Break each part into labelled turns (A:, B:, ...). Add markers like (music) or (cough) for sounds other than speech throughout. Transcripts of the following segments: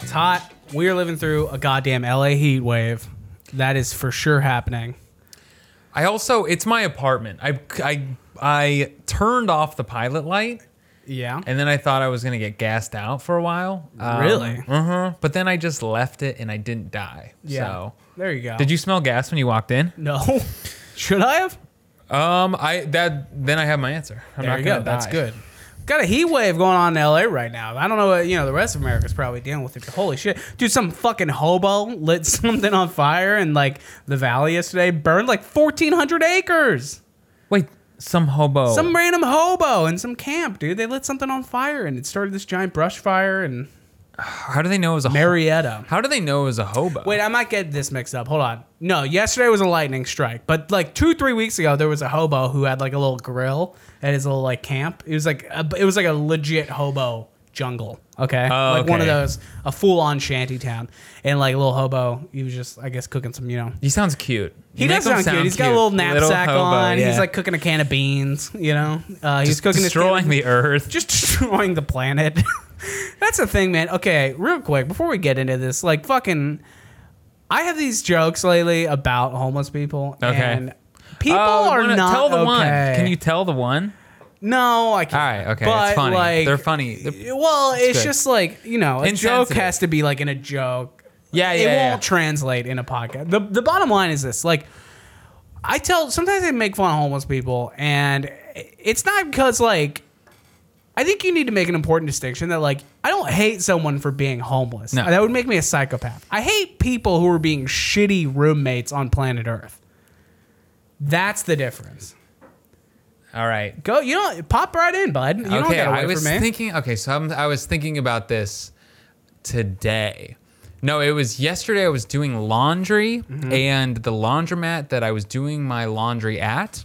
A: It's hot. We are living through a goddamn LA heat wave. That is for sure happening.
B: I also it's my apartment. I I I turned off the pilot light
A: Yeah.
B: and then I thought I was gonna get gassed out for a while. Um,
A: Really?
B: Uh-huh. But then I just left it and I didn't die.
A: yeah.
B: So
A: There you go.
B: did you smell gas when you walked in?
A: (laughs) No. Should I have?
B: Um, I that then I have my answer. I'm
A: There
B: not
A: you go.
B: gonna
A: That's
B: die.
A: good. Got a heat wave going on in LA right now. I don't know what, you know, the rest of America's probably dealing with it. But holy shit. Dude, some fucking hobo lit (laughs) something on fire in like the valley yesterday, burned like 1,400 acres.
B: Wait, some hobo.
A: Some random hobo in some camp, dude. They lit something on fire and it started this giant brush fire in
B: how do they know it was a ho-
A: Marietta.
B: How do they know it was a hobo?
A: Wait, I might get this mixed up. Hold on. No, yesterday was a lightning strike, but like two, three weeks ago, there was a hobo who had like a little grill at his little like camp. It was like a, it was like a legit hobo jungle. Okay,
B: Oh,
A: like one of
B: okay.
A: those a full on shanty town, and like a little hobo, he was just I guess cooking some you know.
B: he sounds cute.
A: He
B: You make
A: does
B: him
A: sound, cute. He's got a little knapsack
B: hobo,
A: on.
B: yeah.
A: He's like cooking a can of beans. You know, uh, he's
B: Just
A: cooking his can of
B: destroying the earth.
A: just (laughs) destroying the planet. (laughs) That's the thing, man. Okay, real quick before we get into this, like fucking, I have these jokes lately about homeless people,
B: Okay.
A: and people
B: Oh,
A: are
B: wanna-
A: not
B: tell the
A: okay.
B: one. Can you tell the one?
A: No, I
B: All
A: can't.
B: right, okay,
A: But,
B: it's funny.
A: Like,
B: They're funny. They're-
A: well, it's,
B: good.
A: just like you know, a joke
B: Insensitive.
A: has to be like in a joke.
B: Yeah,
A: it
B: yeah,
A: won't
B: yeah.
A: translate in a podcast. The the bottom line is this: like, I tell sometimes I make fun of homeless people, and it's not because like. I think you need to make an important distinction that like I don't hate someone for being homeless.
B: No.
A: That would make me a psychopath. I hate people who are being shitty roommates on planet Earth. That's the difference.
B: All right.
A: Go, you know, pop right in, bud. You don't
B: okay,
A: gotta wait
B: I was
A: for me.
B: thinking. Okay, so I'm, I was thinking about this today. No, it was yesterday. I was doing laundry,
A: Mm-hmm.
B: and the laundromat that I was doing my laundry at,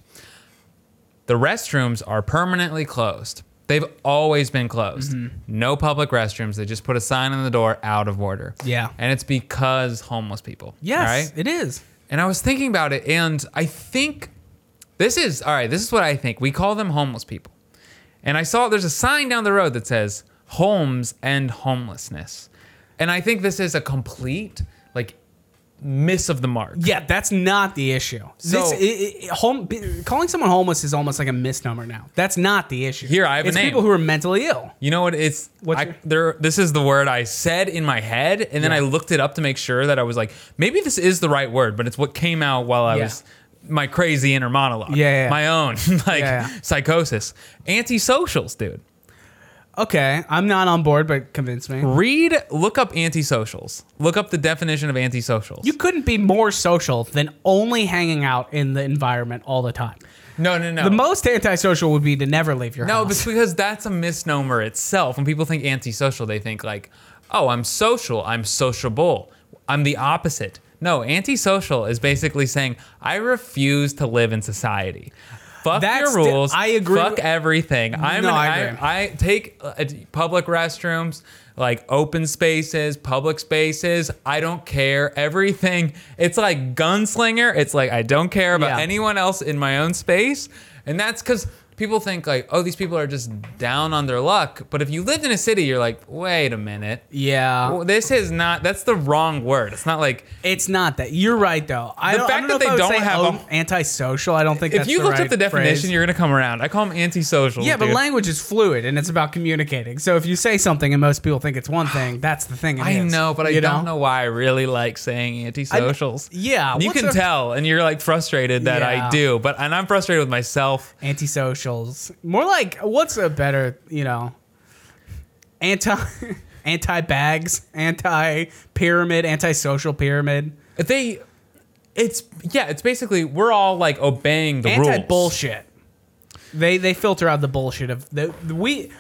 B: the restrooms are permanently closed. They've always been closed.
A: Mm-hmm.
B: No public restrooms. They just put a sign on the door, out of order.
A: Yeah.
B: and it's because homeless people.
A: Yes,
B: right?
A: it is.
B: And I was thinking about it, and I think this is all right. This is what I think. We call them homeless people. And I saw there's a sign down the road that says homes and homelessness. And I think this is a complete like miss of the mark.
A: Yeah, that's not the issue.
B: So-
A: this, i i i- home, b- calling someone homeless is almost like a misnomer now. That's not the issue.
B: Here, I have a
A: it's
B: name.
A: people who are mentally ill.
B: You know what? It's
A: What's
B: I,
A: your-
B: there. This is the word I said in my head, and then I looked it up to make sure that I was like, maybe this is the right word, but it's what came out while I
A: Yeah.
B: was my crazy inner monologue,
A: Yeah, yeah.
B: my own (laughs) like
A: Yeah, yeah.
B: psychosis, antisocials, dude.
A: Okay, I'm not on board, but convince me.
B: Read, look up antisocials. Look up the definition of antisocials.
A: You couldn't be more social than only hanging out in the environment all the time.
B: no, no, no.
A: The most antisocial would be to never leave your
B: no,
A: house.
B: but because that's a misnomer itself. When people think antisocial, they think like, oh, I'm social, I'm sociable, I'm the opposite. No, antisocial is basically saying I refuse to live in society. Fuck
A: That's
B: your
A: di-
B: rules.
A: I agree
B: Fuck
A: with-
B: everything. I'm
A: No,
B: an,
A: I
B: I,
A: agree.
B: I, take uh, public restrooms, like open spaces, public spaces. I don't care. Everything. It's like gunslinger. It's like I don't care about
A: Yeah.
B: anyone else in my own space. And that's because people think like, oh, these people are just down on their luck. But if you lived in a city, you're like, wait a minute.
A: (laughs) yeah,
B: Well, this is not. That's the wrong word. It's not like
A: it's not that. You're right though. I
B: The
A: don't, I
B: fact
A: don't know
B: that
A: if
B: they
A: I would
B: don't
A: say
B: have a-
A: own- antisocial. I don't think
B: if
A: that's
B: you
A: the
B: looked
A: right
B: up the definition,
A: phrase.
B: you're gonna come around. I call them antisocial.
A: Yeah, but
B: dude.
A: language is fluid and it's about communicating. So if you say something and most people think
B: (sighs)
A: it's one thing, that's the thing. it
B: I
A: is,
B: know, but I
A: you
B: don't know why I really like saying antisocials.
A: yeah,
B: you
A: what's
B: can
A: a-
B: tell, and you're like frustrated that I
A: Yeah.
B: do, but and I'm frustrated with myself.
A: Antisocials. More like what's a better, you know, anti (laughs) anti bags, anti pyramid, anti social pyramid,
B: If They, it's yeah, it's basically we're all like obeying the rules.
A: anti bullshit. They they filter out the bullshit of the we.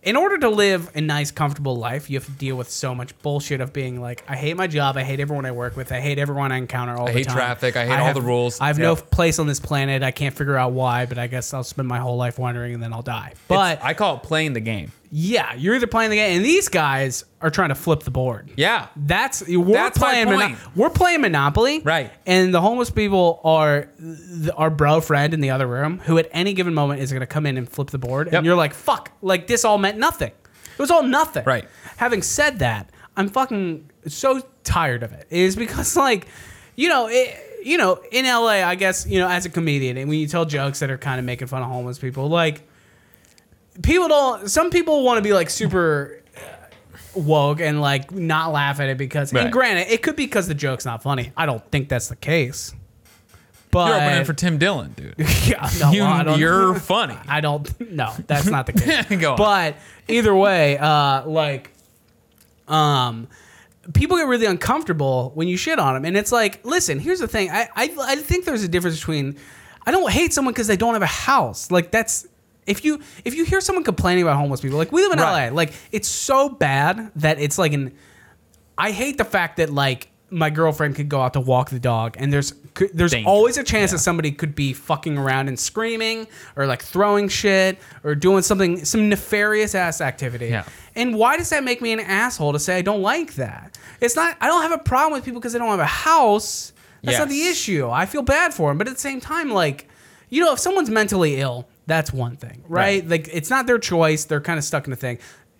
A: In order to live a nice, comfortable life, you have to deal with so much bullshit of being like, I hate my job, I hate everyone I work with, I hate everyone I encounter all the
B: hate
A: time.
B: traffic, I hate all
A: have-
B: the rules."
A: I have
B: Yeah.
A: no place on this planet. I can't figure out why, but I guess I'll spend my whole life wondering and then I'll die. But
B: It's- I call it playing the game.
A: Yeah, you're either playing the game, and these guys are trying to flip the board.
B: Yeah.
A: That's we're
B: That's my
A: playing. Mono-
B: point.
A: we're playing Monopoly,
B: Right.
A: And the homeless people are th- our bro friend in the other room, who at any given moment is going to come in and flip the board,
B: Yep.
A: and you're like, "Fuck!" Like this all meant nothing. It was all nothing.
B: Right.
A: Having said that, I'm fucking so tired of it. Is because like, you know, it, you know, in LA, I guess you know, as a comedian, and when you tell jokes that are kind of making fun of homeless people, like people don't. Some people want to be like super uh, woke and like not laugh at it because.
B: Right.
A: And granted, it could be because the joke's not funny. I don't think that's the case. But
B: You're opening for Tim Dillon, (laughs) dude.
A: (laughs) yeah, no,
B: You,
A: I
B: (laughs)
A: don't,
B: you're funny.
A: I don't. No, that's not the case.
B: (laughs) Go on.
A: But either way, uh, like, um, people get really uncomfortable when you shit on them, and it's like, listen, here's the thing. I I, I think there's a difference between I don't hate someone because they don't have a house. Like that's. If you if you hear someone complaining about homeless people, like we live in
B: Right.
A: LA, like it's so bad that it's like an I hate the fact that like my girlfriend could go out to walk the dog and there's could, there's
B: Danger.
A: always a chance that somebody could be fucking around and screaming or like throwing shit or doing something some nefarious ass activity.
B: Yeah.
A: And why does that make me an asshole to say I don't like that? It's not I don't have a problem with people because they don't have a house. That's not the
B: Yes.
A: issue. I feel bad for them, but at the same time like you know if someone's mentally ill, that's one thing, right?
B: Right.
A: Like it's not their choice. They're kind of stuck in a thing.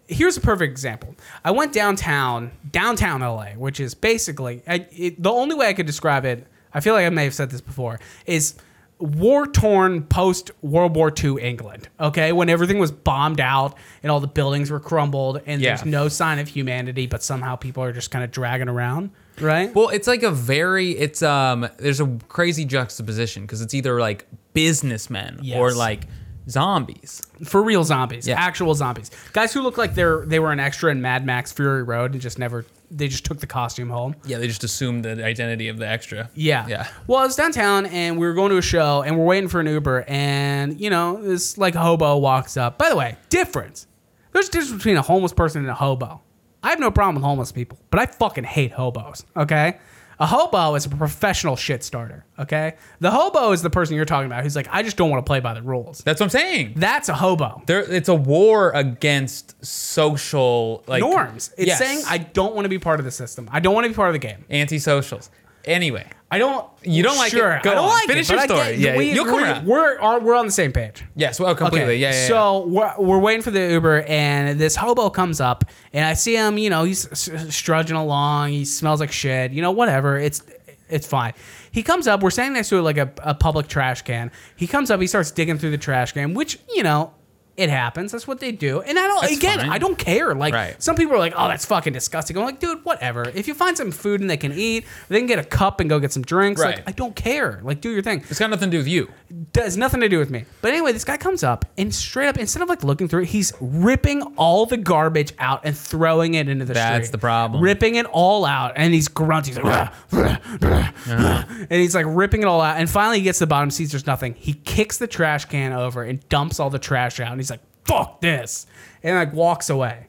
A: Here's a perfect example. I went downtown, downtown LA, which is basically I, it, the only way I could describe it. I feel like I may have said this before. Is war torn post World War II England. Okay, when everything was bombed out and all the buildings were crumbled and
B: Yeah.
A: there's no sign of humanity, but somehow people are just kind of dragging around, right?
B: Well, it's like a very it's um there's a crazy juxtaposition because it's either like businessmen or
A: Yes.
B: like zombies.
A: for real zombies,
B: Yeah.
A: actual zombies, guys who look like they're they were an extra in Mad Max Fury Road and just never they just took the costume home.
B: Yeah, they just assume the identity of the extra.
A: Yeah.
B: Yeah.
A: Well, I was downtown and we were going to a show and we're waiting for an Uber and you know this like hobo walks up. By the way, difference. There's a difference between a homeless person and a hobo. I have no problem with homeless people, but I fucking hate hobos. Okay. A hobo is a professional shit starter. Okay. The hobo is the person you're talking about who's like, I just don't want to play by the rules.
B: That's what I'm saying.
A: That's a hobo.
B: There it's a war against social like
A: Norms. It's
B: Yes.
A: saying I don't want to be part of the system. I don't want to be part of the game.
B: antisocials. Anyway,
A: I don't.
B: You don't like it?
A: sure,
B: Go
A: I don't
B: on.
A: like
B: Finish
A: it.
B: your
A: but I
B: story.
A: get-
B: Yeah,
A: we
B: you'll come
A: agree.
B: around.
A: We're are, we're on the same page.
B: yes, well completely. Yeah, yeah, yeah.
A: So we're, we're waiting for the Uber, and this hobo comes up, and I see him. You know, he's s- strudging along. He smells like shit. You know, whatever. It's it's fine. He comes up. We're standing next to like a, a public trash can. He comes up. He starts digging through the trash can, which you know. It happens. That's what they do. And I don't.
B: That's
A: again,
B: fine.
A: I don't care. Like
B: Right.
A: some people are like, "Oh, that's fucking disgusting." I'm like, "Dude, whatever. If you find some food and they can eat, they can get a cup and go get some drinks.
B: Right.
A: Like, I don't care. Like, do your thing."
B: it's got nothing to do with you.
A: does nothing to do with me. But anyway, this guy comes up and straight up, instead of like looking through it, he's ripping all the garbage out and throwing it into the street.
B: That's the problem.
A: Ripping it all out, and he's grunting. He's like, "Rah, rah, rah," and he's like ripping it all out. And finally, he gets to the bottom, sees there's nothing. He kicks the trash can over and dumps all the trash out. And he's like, "Fuck this," and like walks away.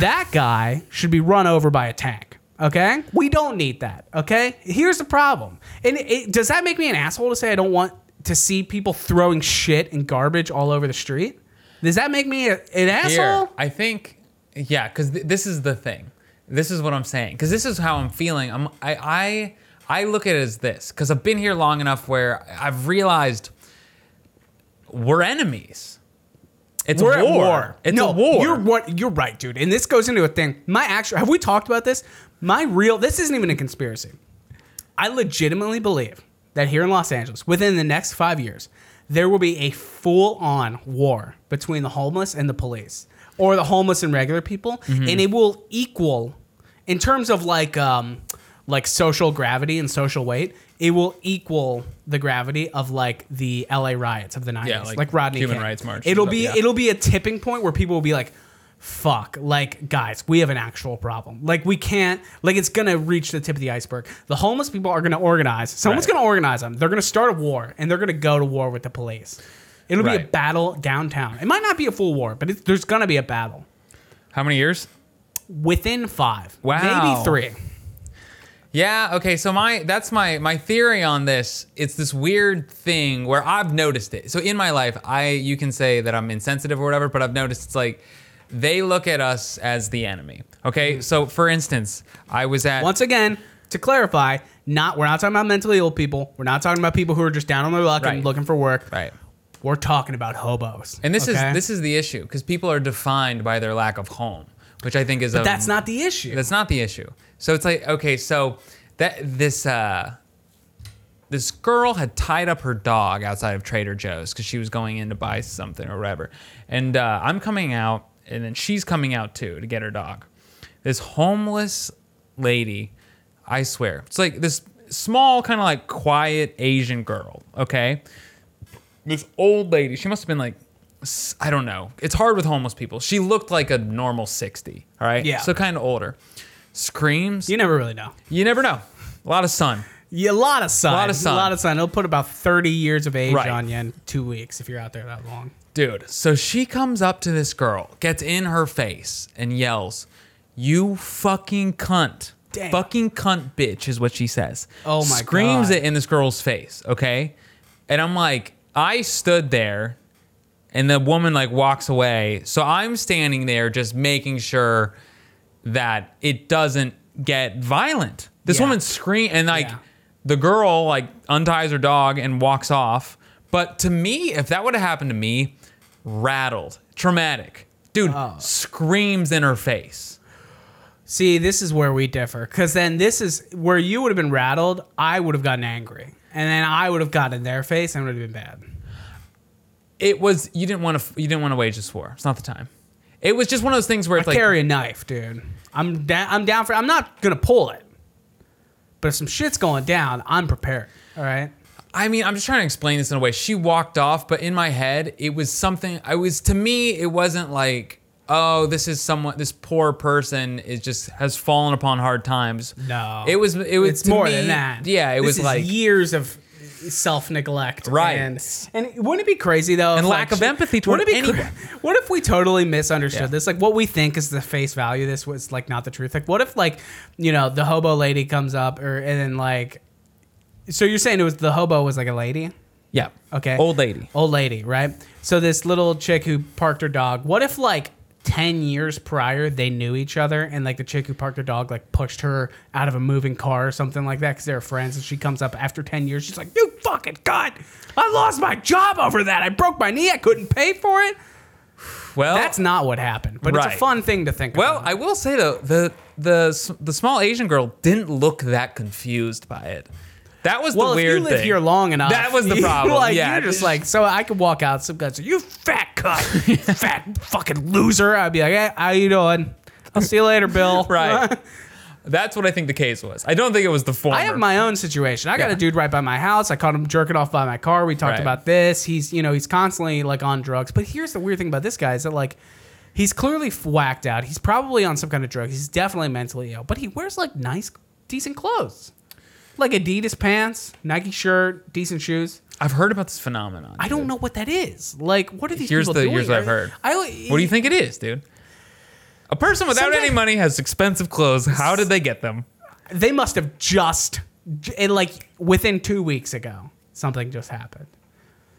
A: That guy should be run over by a tank. Okay? We don't need that. Okay? Here's the problem. And it, it- does that make me an asshole to say I don't want to see people throwing shit and garbage all over the street? Does that make me a, an asshole?
B: Here, I think, yeah, because th- this is the thing. This is what I'm saying. Because this is how I'm feeling. I'm, I, I, I look at it as this. Because I've been here long enough where I've realized we're enemies. It's
A: We're
B: a
A: at
B: war.
A: war.
B: It's
A: no,
B: a war.
A: You're what you're right, dude. And this goes into a thing. My actual have we talked about this? My real this isn't even a conspiracy. I legitimately believe that here in Los Angeles, within the next five years, there will be a full on war between the homeless and the police, or the homeless and regular people,
B: Mm-hmm.
A: and it will equal, in terms of like um, like social gravity and social weight, it will equal the gravity of like the LA riots of the nineties,
B: like
A: like, Rodney
B: human
A: King.
B: rights marches
A: It'll
B: and
A: be
B: stuff, yeah.
A: it'll be a tipping point where people will be like. Fuck, like guys, we have an actual problem. Like we can't, like it's gonna reach the tip of the iceberg. The homeless people are gonna organize. Someone's
B: Right.
A: gonna organize them. They're gonna start a war, and they're gonna go to war with the police. It'll be a
B: Right.
A: battle downtown. It might not be a full war, but it, there's gonna be a battle
B: how many years?
A: within five,
B: Wow.
A: maybe three.
B: Yeah. Okay. So my that's my my theory on this. It's this weird thing where I've noticed it. So in my life, I you can say that I'm insensitive or whatever, but I've noticed it's like they look at us as the enemy. Okay. So for instance, I was at
A: Mm. Once again, to clarify, not we're not talking about mentally ill people. We're not talking about people who are just down on their luck
B: Right.
A: and looking for work.
B: right,
A: We're talking about hobos.
B: and this
A: okay?
B: is this is the issue because people are defined by their lack of home. which I think is
A: But
B: a-
A: that's not the issue.
B: that's not the issue. So it's like okay, so that this uh this girl had tied up her dog outside of Trader Joe's because she was going in to buy something or whatever. And uh, I'm coming out, and then she's coming out too to get her dog. This homeless lady, I swear, it's like this small, kind of like quiet Asian girl, okay? This old lady, she must have been like, s- I don't know. It's hard with homeless people. She looked like a normal 60, all right?
A: Yeah.
B: So kind of older. Screams.
A: You never really know.
B: you never know. A lot of sun.
A: Yeah, a lot of sun. A
B: Lot of sun.
A: A lot of sun. It'll put about 30 years of age
B: Right.
A: on you in two weeks if you're out there that long.
B: Dude, so she comes up to this girl, gets in her face, and yells, You fucking cunt.
A: Damn.
B: Fucking cunt bitch is what she says.
A: Oh my
B: Screams
A: God.
B: it in this girl's face, okay? And I'm like, I stood there and the woman like walks away. So I'm standing there just making sure that it doesn't get violent. This
A: Yeah.
B: woman scream and like
A: Yeah.
B: the girl like unties her dog and walks off. But to me, if that would have happened to me, rattled, traumatic. Dude
A: Oh.
B: screams in her face.
A: See, this is where we differ. Because then this is where you would have been rattled. I would have gotten angry. And then I would have gotten in their face and it would have been bad.
B: It was you didn't want to you didn't want to wage this war. It's not the time. It was just one of those things where it's
A: I
B: like
A: carry a knife, dude. I'm down. I'm down for. I'm not gonna pull it. But if some shit's going down, I'm prepared. All right.
B: I mean, I'm just trying to explain this in a way. She walked off, but in my head, it was something. I was to me, it wasn't like, oh, this is someone, this poor person is just has fallen upon hard times.
A: No.
B: it was. It was
A: It's
B: to
A: more
B: me-
A: than that.
B: Yeah, it
A: This
B: was
A: is
B: like
A: years of self neglect.
B: Right.
A: And, and wouldn't it be crazy though?
B: And
A: if,
B: lack of empathy toward
A: wouldn't it be cra-
B: anyone.
A: what if we totally misunderstood
B: Yeah.
A: this? Like what we think is the face value. of This was like not the truth. Like what if like you know the hobo lady comes up or and then like. So you're saying it was the hobo was like a lady?
B: yeah,
A: Okay.
B: old lady.
A: old lady, right? So this little chick who parked her dog. What if like ten years prior they knew each other, and like the chick who parked her dog like pushed her out of a moving car or something like that because they were friends, and she comes up after ten years, she's like, "You fucking god, I lost my job over that. I broke my knee. I couldn't pay for it."
B: Well,
A: That's not what happened, but it's
B: Oh. Right.
A: a fun thing to think
B: well.
A: about.
B: I will say though, the the s- the small Asian girl didn't look that confused by it. That was
A: Well,
B: the
A: if
B: weird
A: you live
B: thing.
A: here long enough,
B: That was the
A: you- (laughs)
B: problem,
A: like
B: yeah.
A: you're just like, so I could walk out. Some guys, you fat cunt,
B: (laughs)
A: fat fucking loser. I'd be like, hey, how you doing? I'll see you later, Bill.
B: (laughs) (laughs) right. That's what I think the case was. I don't think it was the former.
A: (laughs) I have my own situation. I got
B: Yeah.
A: a dude right by my house. I caught him jerking off by my car. We talked
B: Right.
A: about this. He's you know he's constantly like on drugs. But here's the weird thing about this guy is that like he's clearly f- whacked out. He's probably on some kind of drug. He's definitely mentally ill. But he wears like nice, decent clothes, like Adidas pants, Nike shirt, decent shoes.
B: I've heard about this phenomenon.
A: I don't know what that is. Like, what are these
B: Here's
A: people
B: the-
A: doing?
B: here's what
A: Are
B: I've
A: they-
B: heard.
A: I, e-
B: What do you think it is, dude? A person without
A: Sometimes-
B: any money has expensive clothes. How did they get them?
A: They must have just j- and, like within two weeks ago something just happened.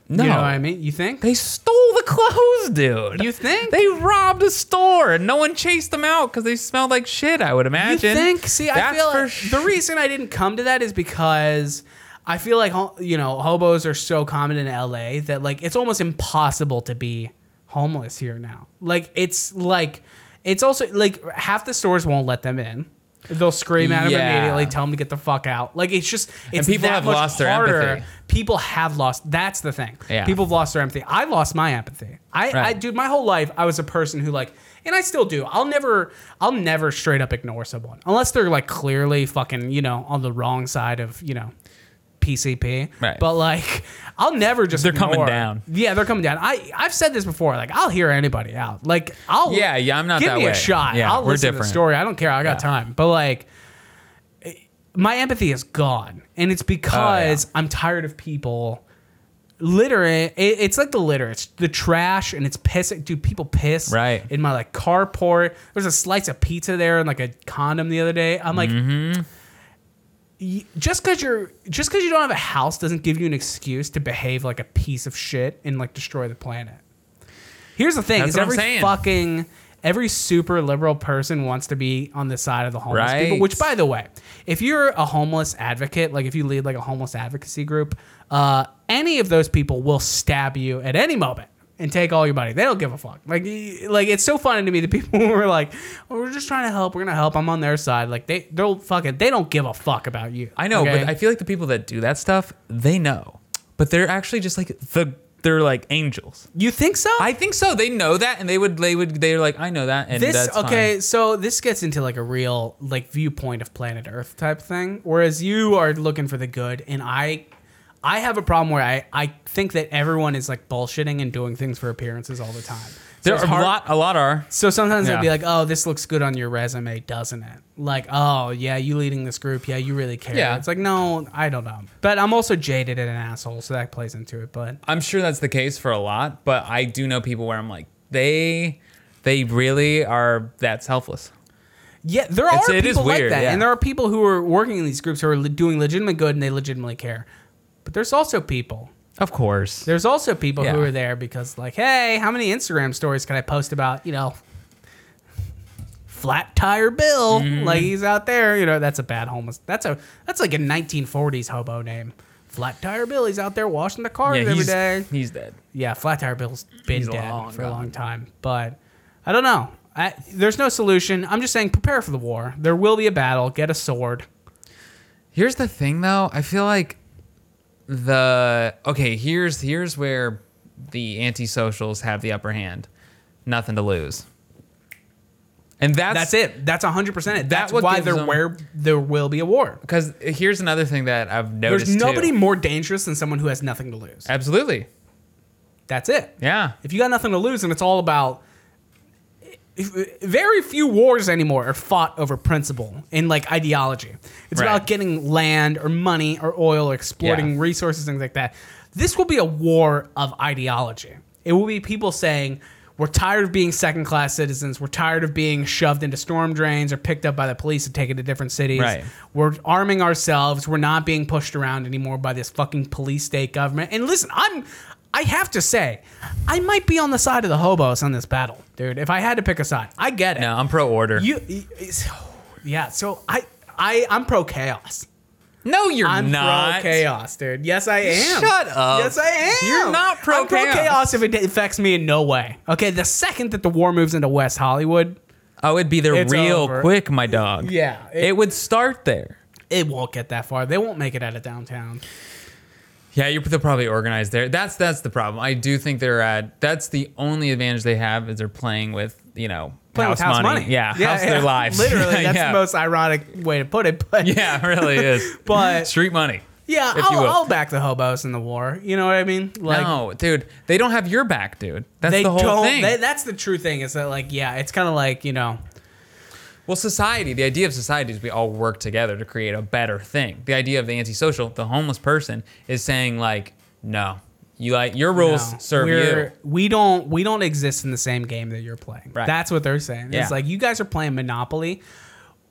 B: No.
A: You know what I mean? You think?
B: They stole the clothes, dude.
A: You think?
B: They robbed a store and no one chased them out because they smelled like shit, I would imagine.
A: You think? See, I
B: That's
A: feel
B: for
A: like
B: sh-
A: the reason I didn't come to that is because I feel like ho- you know hobos are so common in LA that like it's almost impossible to be homeless here now. Like it's like it's also like half the stores won't let them in. They'll scream at them
B: Yeah.
A: immediately, tell them to get the fuck out. Like it's just it's
B: people
A: that
B: have
A: much
B: lost their
A: harder.
B: empathy.
A: People have lost. That's the thing.
B: Yeah.
A: People have lost their empathy. I lost my empathy. I, I
B: Right.
A: dude, my whole life I was a person who like, and I still do. I'll never, I'll never straight up ignore someone unless they're like clearly fucking, you know, on the wrong side of, you know, PCP.
B: Right.
A: But like, I'll never just.
B: They're coming
A: ignore-
B: down.
A: Yeah, they're coming down. I I've said this before. Like, I'll hear anybody out. Like, I'll.
B: Yeah, yeah, I'm not
A: Give
B: that
A: me
B: way.
A: a shot.
B: Yeah,
A: I'll
B: we're
A: listen to
B: different.
A: the story. I don't care. I got
B: Yeah.
A: time. But like eh, my empathy is gone and
B: Oh,
A: it's because i'm tired of people littering it, it's like the litter it's the trash and it's pissing dude people piss
B: Right.
A: in my like carport there's a slice of pizza there and like a condom the other day i'm like
B: Mm-hmm.
A: y- just because you're just because you don't have a house doesn't give you an excuse to behave like a piece of shit and like destroy the planet here's the thing
B: That's
A: is
B: what I'm
A: every
B: saying.
A: fucking every super liberal person wants to be on the side of the homeless people
B: Right.
A: which by by the way, if you're a homeless advocate, like if you lead like a homeless advocacy group, uh, any of those people will stab you at any moment. and take all your money. They don't give a fuck. Like, y- like it's so funny to me. The (laughs) people who are like, oh, "We're just trying to help. We're gonna help." I'm on their side. Like they, they'll fucking. They don't give a fuck about you.
B: I know,
A: okay?
B: but I feel like the people that do that stuff, they know. But they're actually just like the they're like angels.
A: you think so?
B: I think so. They know that, and they would they would they're like I know that, and
A: this
B: that's
A: okay.
B: fine.
A: So this gets into like a real like viewpoint of planet Earth type thing. Whereas you are looking for the good, and I, I have a problem where I I think that everyone is like bullshitting and doing things for appearances all the time. So
B: There
A: it's
B: are a
A: hard-
B: lot a lot are.
A: So sometimes
B: Yeah.
A: they'll be like, "Oh, this looks good on your resume, doesn't it?" Like, "Oh, yeah, you leading this group. Yeah, you really care."
B: Yeah.
A: It's like, no, I don't know. But I'm also jaded and an asshole, so that plays into it. But
B: I'm sure that's the case for a lot, but I do know people where I'm like they they really are that selfless.
A: yeah, there are
B: It's-
A: people
B: it is
A: like
B: weird,
A: that,
B: yeah.
A: and there are people who are working in these groups who are le- doing legitimate good and they legitimately care. But there's also people.
B: Of course.
A: There's also people who
B: Yeah.
A: are there because, like, hey, how many Instagram stories can I post about? You know. Flat tire Bill,
B: Mm-hmm.
A: like he's out there. You know that's a bad homeless. That's a that's like a 1940s hobo name. Flat tire Bill. He's out there washing the cars every
B: he's,
A: day.
B: he's dead.
A: Yeah, flat tire Bill's been
B: He's
A: dead
B: long
A: for a
B: gone.
A: long time. But I don't know. I, there's no solution. I'm just saying, prepare for the war. There will be a battle. Get a sword.
B: Here's the thing though, I feel like the okay, here's here's where the antisocials have the upper hand. Nothing to lose. And that's
A: That's it. That's 100. percent it.
B: That
A: That's
B: what
A: why
B: gives
A: there
B: them-
A: where there will be a war.
B: Because here's another thing that I've noticed.
A: There's nobody
B: Too.
A: more dangerous than someone who has nothing to lose.
B: Absolutely.
A: That's it.
B: Yeah.
A: If you got nothing to lose, and it's all about. if- Very few wars anymore are fought over principle and like ideology. It's
B: Right.
A: about getting land or money or oil or exploiting
B: Yeah.
A: resources, things like that. This will be a war of ideology. It will be people saying, we're tired of being second class citizens. We're tired of being shoved into storm drains or picked up by the police and taken to different cities.
B: Right.
A: We're arming ourselves. We're not being pushed around anymore by this fucking police state government. And listen, I'm I have to say, I might be on the side of the hobos on this battle, dude. If I had to pick a side, I get it.
B: No, I'm pro order.
A: You it's- Yeah, so I I I'm pro chaos.
B: no, you're
A: I'm
B: not.
A: pro chaos, dude. Yes, I am.
B: Shut up.
A: Yes, I am.
B: You're not pro
A: I'm pro
B: chaos.
A: chaos if it affects me in no way. Okay, the second that the war moves into West Hollywood,
B: Oh, it'd be there
A: It's
B: real
A: over.
B: quick, my dog.
A: Yeah,
B: It,
A: it-
B: would start there.
A: it won't get that far. They won't make it out of downtown.
B: Yeah, you're they're probably organized there. That's that's the problem. I do think they're at. That's the only advantage they have is they're playing with you know
A: Playing with house money.
B: Yeah, house
A: (laughs)
B: their lives. (laughs)
A: Literally, that's
B: yeah.
A: the most ironic way to put it. But
B: Yeah, it really is.
A: But-
B: street money.
A: (laughs) yeah,
B: if you
A: I'll,
B: will.
A: I'll back the hobos in the war. You know what I mean? Like,
B: no, dude, they don't have your back, dude. That's
A: they
B: the whole
A: don't.
B: thing.
A: They, that's the true thing. Is that like, yeah, it's kind of like you know,
B: Well, society, the idea of society is we all work together to create a better thing. The idea of the antisocial, the homeless person, is saying, like, no, you like your rules
A: No,
B: serve you.
A: we're- We don't we don't exist in the same game that you're playing.
B: Right.
A: That's what they're saying.
B: Yeah.
A: It's like you guys are playing Monopoly.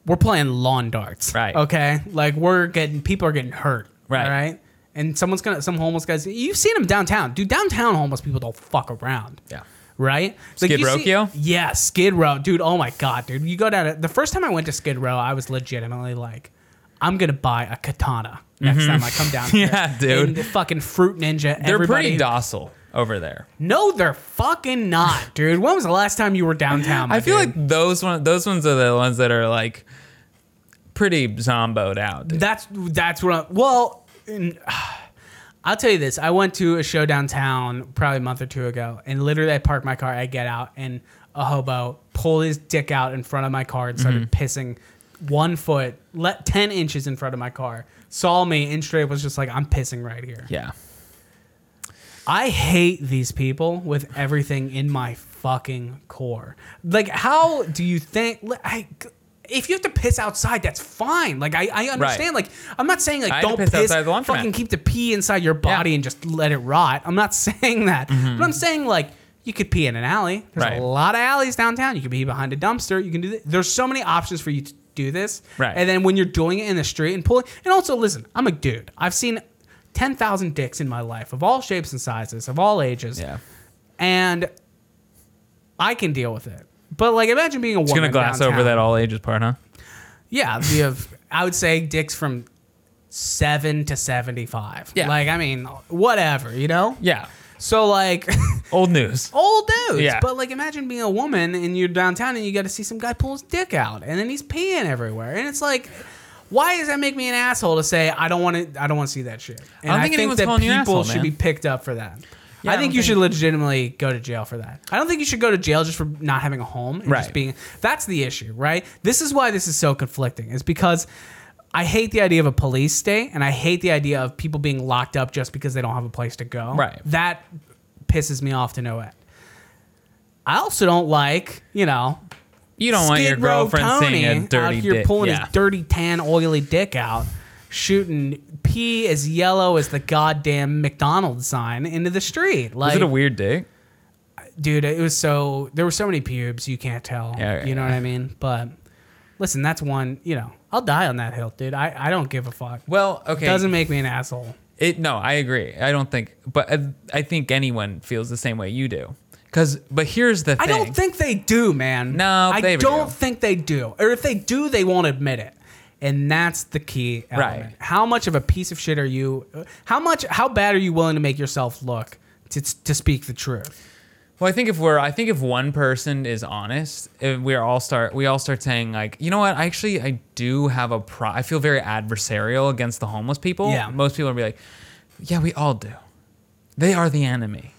A: We're playing lawn darts.
B: Right.
A: Okay. Like we're getting people are getting hurt.
B: Right.
A: all Right. And someone's gonna some homeless guys. You've seen them downtown, dude. Downtown homeless people don't fuck around.
B: Yeah.
A: Right. Like,
B: Skid
A: you
B: Row,
A: see-
B: Keo?
A: Yeah, Skid Row, dude. Oh my god, dude. You go down. To, the first time I went to Skid Row, I was legitimately like, I'm gonna buy a katana next time I come
B: (laughs)
A: down here.
B: Mm-hmm. Yeah, dude.
A: And the fucking fruit ninja.
B: They're
A: everybody-
B: pretty docile over there.
A: no, they're fucking not, dude. When was the last time you were downtown? my
B: I feel
A: dude?
B: like those one, those ones are the ones that are like pretty zomboed out. dude.
A: that's that's what. I'm, well, in- (sighs) I'll tell you this. I went to a show downtown probably a month or two ago, and literally I parked my car. I get out, and a hobo pulled his dick out in front of my car and started pissing one foot, let ten inches in front of my car. Saw me and straight was just like, "I'm pissing right here."
B: Yeah.
A: I hate these people with everything in my fucking core. Like, how do you think? li- I, if you have to piss outside, that's fine. Like, I, I understand. Like, I'm not saying like
B: I had to
A: don't
B: piss
A: piss.
B: outside the laundromat.
A: fucking keep the pee inside your body
B: Yeah. Mm-hmm.
A: and just let it rot. I'm not (laughs) saying that. But I'm saying like you could pee in an alley. There's
B: Right.
A: a lot of alleys downtown. You could pee behind a dumpster. You can do. Th- There's so many options for you to do this.
B: Right.
A: And then when you're doing it in the street and pulling, and also listen, I'm a dude. I've seen. 10,000 dicks in my life of all shapes and sizes, of all ages
B: Yeah.
A: and I can deal with it. But like, imagine being a
B: Just
A: woman.
B: gonna glass
A: downtown.
B: over that all ages part, huh?
A: Yeah, we have. I would say dicks from seven to seventy-five.
B: Yeah.
A: Like, I mean, whatever, you know.
B: Yeah.
A: So like (laughs)
B: Old news.
A: old dudes.
B: Yeah.
A: But like imagine being a woman and you're downtown and you got to see some guy pull his dick out and then he's peeing everywhere and it's like. Why does that make me an asshole to say I don't want to? I don't want to see that shit.
B: don't
A: And I
B: think
A: think,
B: anyone's
A: that
B: calling you
A: people
B: an asshole,
A: should
B: man.
A: be picked up for that.
B: Yeah,
A: I
B: I
A: think
B: don't
A: you should
B: think-
A: legitimately go to jail for that. I don't think you should go to jail just for not having a home and
B: Right.
A: just being. That's the issue, right? This is why this is so conflicting. Is because I hate the idea of a police state and I hate the idea of people being locked up just because they don't have a place to go.
B: Right.
A: That pisses me off to no end. I also don't like, you know,
B: You don't want your
A: Skid Row
B: girlfriend
A: Tony
B: seeing a
A: out
B: dirty
A: here
B: dick.
A: pulling
B: Yeah.
A: his dirty tan oily dick out, shooting pee as yellow as the goddamn McDonald's sign into the street. Like,
B: Was it a weird dick?
A: dude, it was so there were so many pubes you can't tell.
B: Yeah, right,
A: you know
B: yeah.
A: what I mean? But listen, that's one. You know, I'll die on that hill, dude. I, I don't give a fuck.
B: Well, okay.
A: Doesn't make me an asshole.
B: It no, I agree. I don't think, but I, I think anyone feels the same way you do. Cause, but here's the thing.
A: I don't think they do, man.
B: No,
A: I
B: they
A: don't
B: do.
A: think they do. Or if they do, they won't admit it. And that's the key element.
B: Right.
A: How much of a piece of shit are you? How much? How bad are you willing to make yourself look to to speak the truth?
B: Well, I think if we're, I think if one person is honest, eh, we are all start, we all start saying like, you know what? I actually, I do have a pro. I feel very adversarial against the homeless people.
A: Yeah.
B: Most people would be like, yeah, we all do. They are the enemy.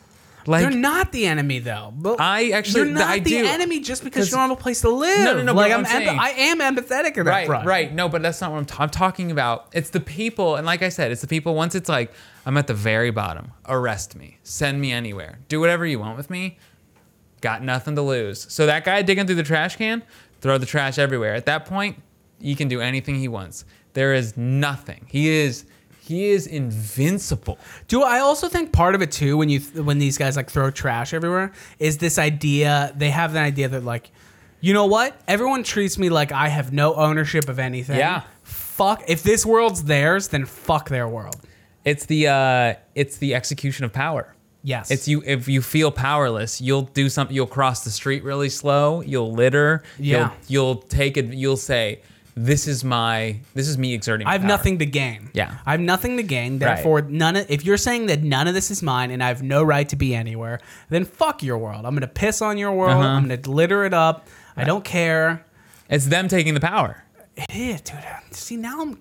B: Like,
A: They're not the enemy, though. But
B: I actually-
A: you're not
B: I
A: the
B: do-
A: enemy just because
B: 'cause-
A: you don't have a place to live.
B: No, no, no, but
A: Like
B: what
A: I'm,
B: I'm saying-
A: empath- I am empathetic in that
B: right,
A: front.
B: right. No, but that's not what I'm, ta- I'm talking about. It's the people, and like I said, it's the people. Once it's like I'm at the very bottom, arrest me, send me anywhere, do whatever you want with me. Got nothing to lose. So that guy digging through the trash can, throw the trash everywhere. At that point, he can do anything he wants. There is nothing. He is he is invincible.
A: Do I also think part of it too when you when these guys like throw trash everywhere is this idea they have that idea that like you know what everyone treats me like I have no ownership of anything.
B: Yeah.
A: Fuck if this world's theirs then fuck their world.
B: It's the uh, it's the execution of power.
A: Yes.
B: It's you if you feel powerless, you'll do something you'll cross the street really slow, you'll litter,
A: Yeah.
B: you'll you'll take it you'll say, This is my this is me exerting.
A: I have
B: power."
A: nothing to gain.
B: Yeah.
A: I have nothing to gain.
B: Right.
A: Therefore, none of, if you're saying that none of this is mine and I have no right to be anywhere, then fuck your world. I'm gonna piss on your world.
B: Uh-huh.
A: I'm gonna litter it up. I don't care.
B: It's them taking the power.
A: Yeah, dude. uh, See, now I'm.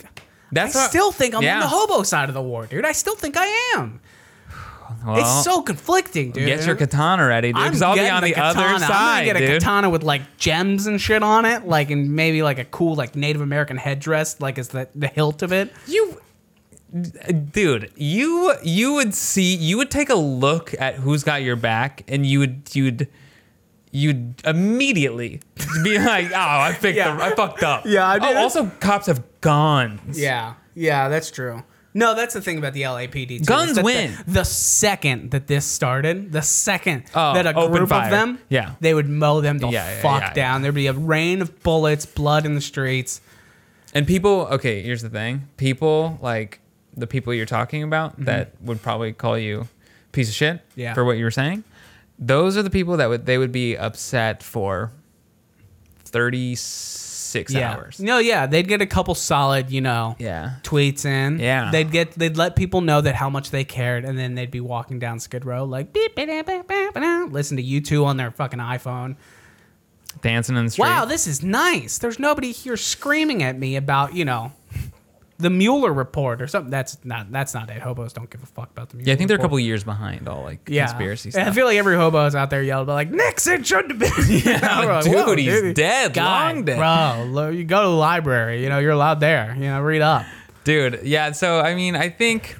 B: That's
A: I
B: what-
A: still think I'm
B: yeah.
A: on the hobo side of the war, dude. I still think I am.
B: Well,
A: it's so conflicting, dude.
B: get your katana ready, dude,
A: I'm
B: because I'll be
A: getting
B: on the,
A: katana.
B: other side.
A: I'm gonna get a
B: dude.
A: katana with like gems and shit on it, like and maybe like a cool like Native American headdress, like is the the hilt of it.
B: You dude, you you would see you would take a look at who's got your back and you would you'd you'd immediately be (laughs) like, "Oh, I picked
A: Yeah.
B: the, I fucked up."
A: Yeah, I did.
B: Oh, also cops have guns.
A: Yeah, yeah, that's true. No, that's the thing about the LAPD. Too,
B: Guns
A: is that
B: win.
A: The, the second that this started, the second
B: Oh,
A: that a
B: open
A: group
B: fire.
A: of them,
B: Yeah.
A: they would mow them the
B: Yeah, yeah,
A: fuck
B: yeah, yeah.
A: down. There'd be a rain of bullets, blood in the streets.
B: And people, okay, here's the thing. People like the people you're talking about that would probably call you piece of shit
A: Mm-hmm. Yeah.
B: for what you were saying. Those are the people that would they would be upset for 36
A: yeah.
B: hours.
A: No, yeah, they'd get a couple solid, you know,
B: Yeah.
A: tweets in.
B: Yeah.
A: they'd get they'd let people know that how much they cared, and then they'd be walking down Skid Row like beep, beep, beep, beep, beep, beep, listen to you two on their fucking iPhone.
B: Dancing in the street.
A: Wow, this is nice. There's nobody here screaming at me about you know. The Mueller report or something. That's not. That's not it. Hobos don't give a fuck about the Mueller.
B: Yeah, I think they're a
A: report.
B: couple years behind all like conspiracy
A: And
B: stuff.
A: (laughs) I feel like every hobo is out there yelling, but like Nixon shouldn't
B: (laughs)
A: (laughs) have been. Yeah,
B: dude, he's dead. Long dead.
A: bro. lo- You go to the library. You know, you're allowed there. You know, read up.
B: Dude, yeah, so I mean, I think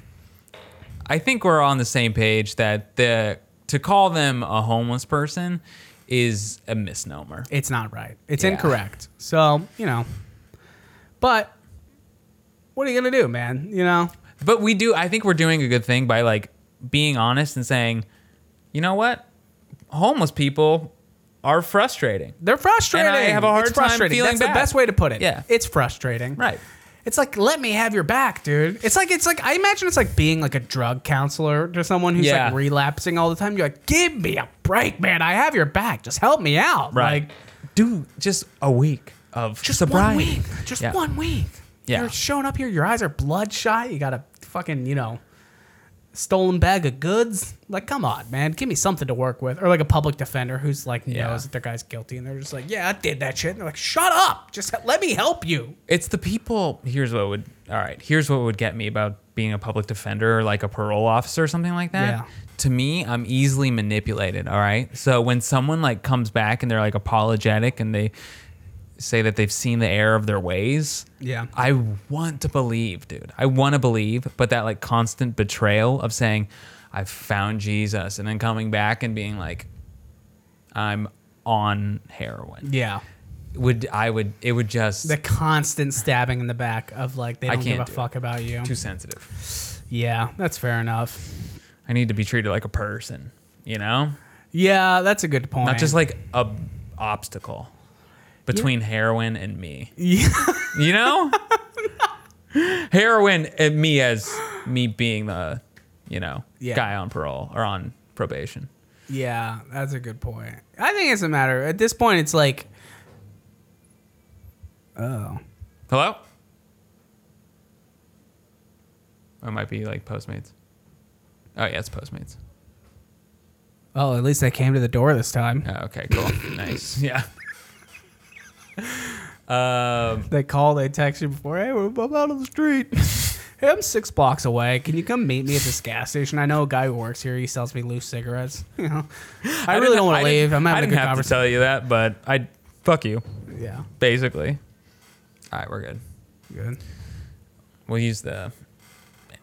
B: I think we're on the same page that the to call them a homeless person is a misnomer.
A: It's not right. It's
B: Yeah.
A: incorrect. So you know, but what are you gonna do, man? You know,
B: But we do I think we're doing a good thing by like being honest and saying, "You know what? Homeless people are frustrating."
A: they're frustrating.
B: And I have a hard
A: it's
B: time
A: frustrating.
B: feeling
A: That's
B: bad.
A: the best way to put it.
B: Yeah.
A: it's frustrating.
B: Right.
A: It's like let me have your back, dude. It's like it's like I imagine it's like being like a drug counselor to someone who's
B: Yeah.
A: like relapsing all the time. You're like, give me a break, man. I have your back. Just help me out.
B: Right.
A: Like
B: do just a week of
A: just
B: sobriety.
A: one week. Just
B: Yeah.
A: one week.
B: Yeah.
A: You're showing up here. Your eyes are bloodshot. You got a fucking you know stolen bag of goods. Like, come on, man, give me something to work with. Or like a public defender who's like
B: Yeah.
A: knows that their guy's guilty, and they're just like, yeah, I did that shit. And they're like, shut up, just let me help you.
B: It's the people. Here's what would. All right. Here's what would get me about being a public defender or like a parole officer or something like that.
A: Yeah.
B: To me, I'm easily manipulated. All right. So when someone like comes back and they're like apologetic and they say that they've seen the error of their ways.
A: Yeah.
B: I want to believe, dude. I want to believe, but that like constant betrayal of saying, I found Jesus and then coming back and being like, I'm on heroin.
A: Yeah,
B: Would I would it would just
A: the constant stabbing in the back of like they
B: I
A: don't give a
B: can't do
A: fuck about you.
B: too sensitive.
A: Yeah, that's fair enough.
B: I need to be treated like a person, you know?
A: Yeah, that's a good point.
B: Not just like a obstacle between heroin and me.
A: Yeah.
B: You
A: (laughs)
B: know? heroin and me as me being the, you know,
A: Yeah.
B: guy on parole or on probation.
A: Yeah, that's a good point. I think it's a matter. At this point, it's like, oh,
B: Hello? Or Oh, it might be like Postmates. Oh yeah, it's Postmates.
A: oh, at least I came to the door this time.
B: Oh, okay,
A: (laughs)
B: cool. nice. Yeah. Um,
A: They call, they text you before. Hey, we're I'm out on the street. (laughs) hey, I'm six blocks away. Can you come meet me at this gas station? I know a guy who works here. He sells me loose cigarettes. (laughs) You know, I, really
B: didn't-
A: don't want
B: I
A: to
B: didn't-
A: leave. I'm
B: I
A: having a
B: didn't
A: good
B: have to
A: conversation.
B: tell you that, but I fuck you,
A: Yeah,
B: basically. All right, we're good.
A: good.
B: We'll use the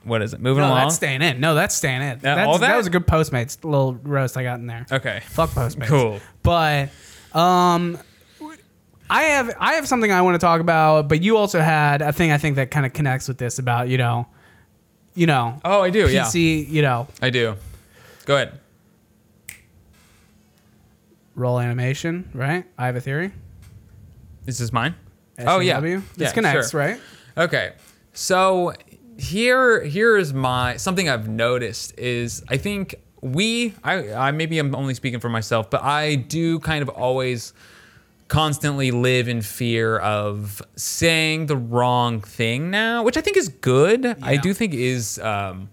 B: what is it? Moving
A: No,
B: along.
A: that's staying in. No, that's staying in. That's,
B: all that?
A: was a good Postmates little roast I got in there.
B: okay.
A: Fuck Postmates.
B: Cool.
A: But um I have I have something I want to talk about, but you also had a thing I think that kind of connects with this about, you know, you know,
B: Oh, I do. Yeah,
A: PC, you know,
B: I do. Go ahead.
A: roll animation, right? I have a theory.
B: Is this mine? Oh yeah.
A: SJW.
B: Yeah,
A: This connects,
B: sure.
A: right?
B: Okay. So here here is my something I've noticed is I think we I, I maybe I'm only speaking for myself, but I do kind of always constantly live in fear of saying the wrong thing now, which I think is good. I
A: Yeah.
B: do think is um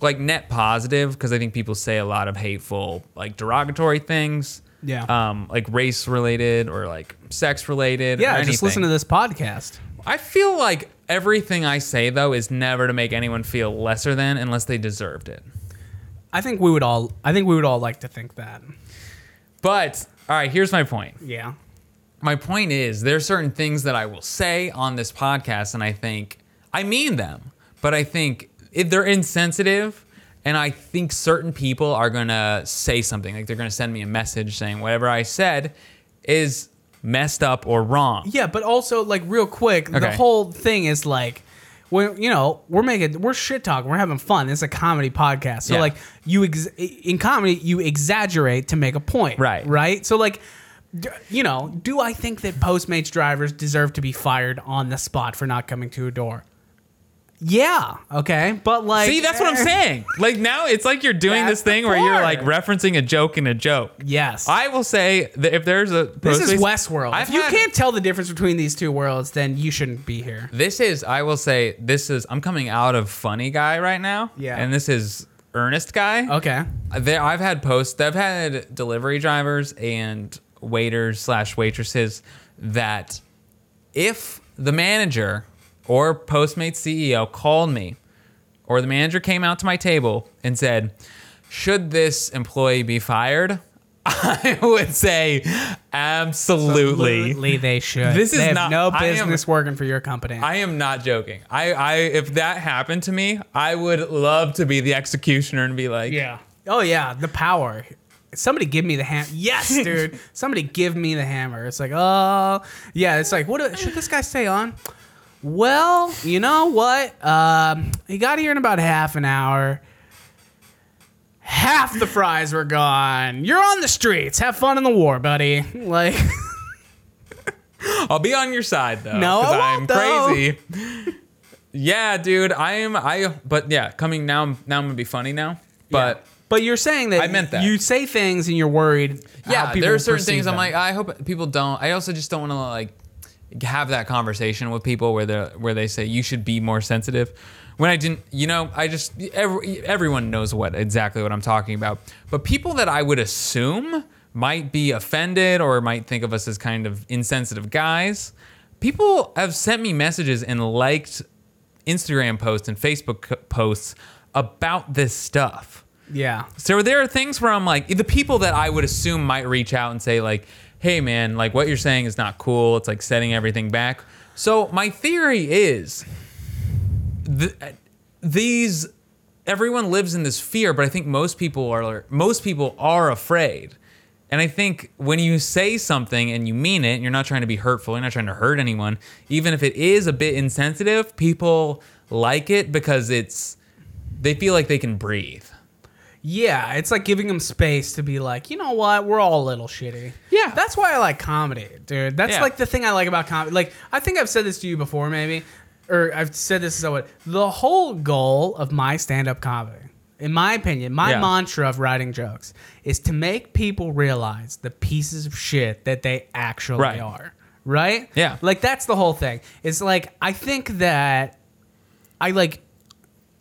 B: like net positive because I think people say a lot of hateful, like derogatory things.
A: Yeah.
B: Um, like race related or like sex related.
A: Yeah,
B: or
A: just listen
B: anything.
A: to this podcast.
B: I feel like everything I say though is never to make anyone feel lesser than unless they deserved it.
A: I think we would all I think we would all like to think that.
B: But all right, here's my point.
A: Yeah.
B: My point is there are certain things that I will say on this podcast and I think I mean them, but I think if they're insensitive and I think certain people are going to say something like they're going to send me a message saying whatever I said is messed up or wrong.
A: Yeah, but also like real quick, the
B: Okay.
A: whole thing is like when you know we're making we're shit talking, we're having fun. It's a comedy podcast, so
B: Yeah.
A: like you ex- in comedy you exaggerate to make a point,
B: Right.
A: Right. So like. d- You know, do I think that Postmates drivers deserve to be fired on the spot for not coming to a door? Yeah, okay, but like,
B: See, that's what I'm saying. Like now, it's like you're doing this
A: That's
B: thing
A: the
B: where you're like
A: part.
B: referencing a joke in a joke.
A: Yes,
B: I will say that if there's a
A: this is
B: Postmates-
A: Westworld.
B: I've
A: if you
B: had-
A: can't tell the difference between these two worlds, then you shouldn't be here.
B: This is I will say this is I'm coming out of funny guy right now.
A: Yeah.
B: And this is earnest guy.
A: Okay,
B: There, I've had posts. I've had delivery drivers and waiters slash waitresses that if the manager or Postmates CEO called me, or the manager came out to my table and said, "Should this employee be fired?" (laughs) I would say, absolutely.
A: Absolutely, they should.
B: This is
A: They have
B: not-
A: no
B: I am-
A: business working for your company.
B: I am not joking. I, I, if that happened to me, I would love to be the executioner and be like,
A: Oh yeah, the power. Somebody give me the hammer.
B: (laughs)
A: Yes, dude. Somebody give me the hammer. It's like, oh, yeah. It's like, what do- should this guy stay on? Well, you know what? Um, he got here in about half an hour. Half the fries were gone. You're on the streets. Have fun in the war, buddy. (laughs) Like,
B: (laughs) I'll be on your side though.
A: No, I
B: 'cause
A: won't, though.
B: crazy.
A: (laughs)
B: yeah, dude. I am. I. But yeah, coming now. I'm- Now I'm gonna be funny now. But
A: but you're saying that
B: I meant that.
A: you say things and you're worried. how
B: yeah,
A: people
B: there are certain
A: perceive
B: things I'm
A: them.
B: like. I hope people don't. I also just don't want to like have that conversation with people where they where they say you should be more sensitive. When I didn't, you know, I just every, everyone knows what exactly what I'm talking about. But people that I would assume might be offended or might think of us as kind of insensitive guys, people have sent me messages and liked Instagram posts and Facebook c- posts about this stuff.
A: Yeah.
B: So there are things where I'm like, the people that I would assume might reach out and say like, "Hey man, like what you're saying is not cool. It's like setting everything back." So my theory is, th- these everyone lives in this fear, but I think most people are most people are afraid. And I think when you say something and you mean it, you're not trying to be hurtful, you're not trying to hurt anyone, even if it is a bit insensitive, people like it because it's they feel like they can breathe.
A: Yeah, it's like giving them space to be like, you know what, we're all a little shitty.
B: Yeah.
A: That's why I like comedy, dude. That's
B: Yeah.
A: like the thing I like about comedy. Like, I think I've said this to you before, maybe, or I've said this so what the whole goal of my stand up comedy, in my opinion, my
B: Yeah.
A: mantra of writing jokes is to make people realize the pieces of shit that they actually
B: Right.
A: are. Right?
B: Yeah.
A: Like that's the whole thing. It's like I think that I like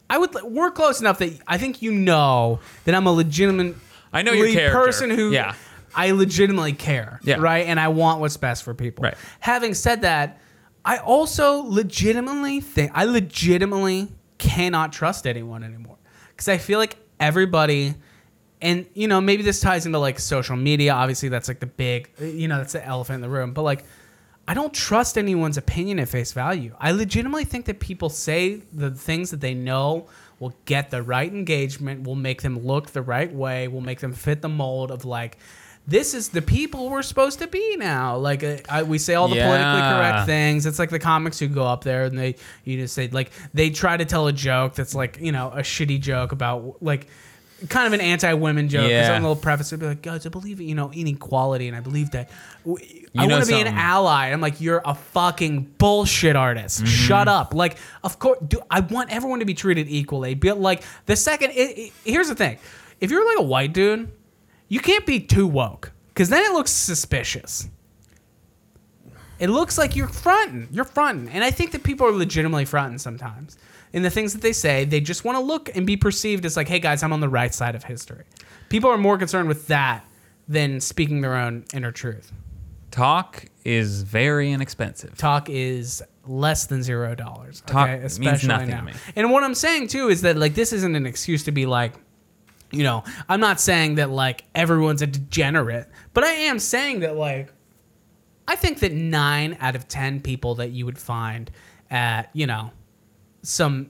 A: I would we're close enough that I think you know that I'm a legitimate
B: I know your character.
A: person who
B: Yeah.
A: I legitimately care.
B: Yeah.
A: Right. And I want what's best for people.
B: Right.
A: Having said that, I also legitimately think I legitimately cannot trust anyone anymore. Cause I feel like everybody and you know, maybe this ties into like social media. Obviously, that's like the big you know, that's the elephant in the room. But like I don't trust anyone's opinion at face value. I legitimately think that people say the things that they know will get the right engagement, will make them look the right way, will make them fit the mold of like, this is the people we're supposed to be now. Like uh, I, we say all the politically correct
B: Yeah.
A: things. It's like the comics who go up there and they you just say like they try to tell a joke that's like you know a shitty joke about like. Kind of an anti-women joke.
B: Yeah.
A: Yeah. Some little preface would be like, "Guys, I believe you know inequality, and I believe that w- I
B: You know
A: want to be an
B: something.
A: ally. I'm like, you're a fucking bullshit artist.
B: Mm-hmm.
A: Shut up. Like, of course, do I want everyone to be treated equally? But like, the second, it, it- here's the thing: if you're like a white dude, you can't be too woke, because then it looks suspicious. It looks like you're fronting. You're fronting, and I think that people are legitimately fronting sometimes. In the things that they say, they just want to look and be perceived as like, "Hey guys, I'm on the right side of history." People are more concerned with that than speaking their own inner truth.
B: Talk is very inexpensive.
A: talk is less than zero dollars.
B: Talk
A: okay?
B: means
A: especially
B: nothing to
A: now.
B: me.
A: And what I'm saying too is that like this isn't an excuse to be like, you know, I'm not saying that like everyone's a degenerate, but I am saying that like I think that nine out of ten people that you would find at you know some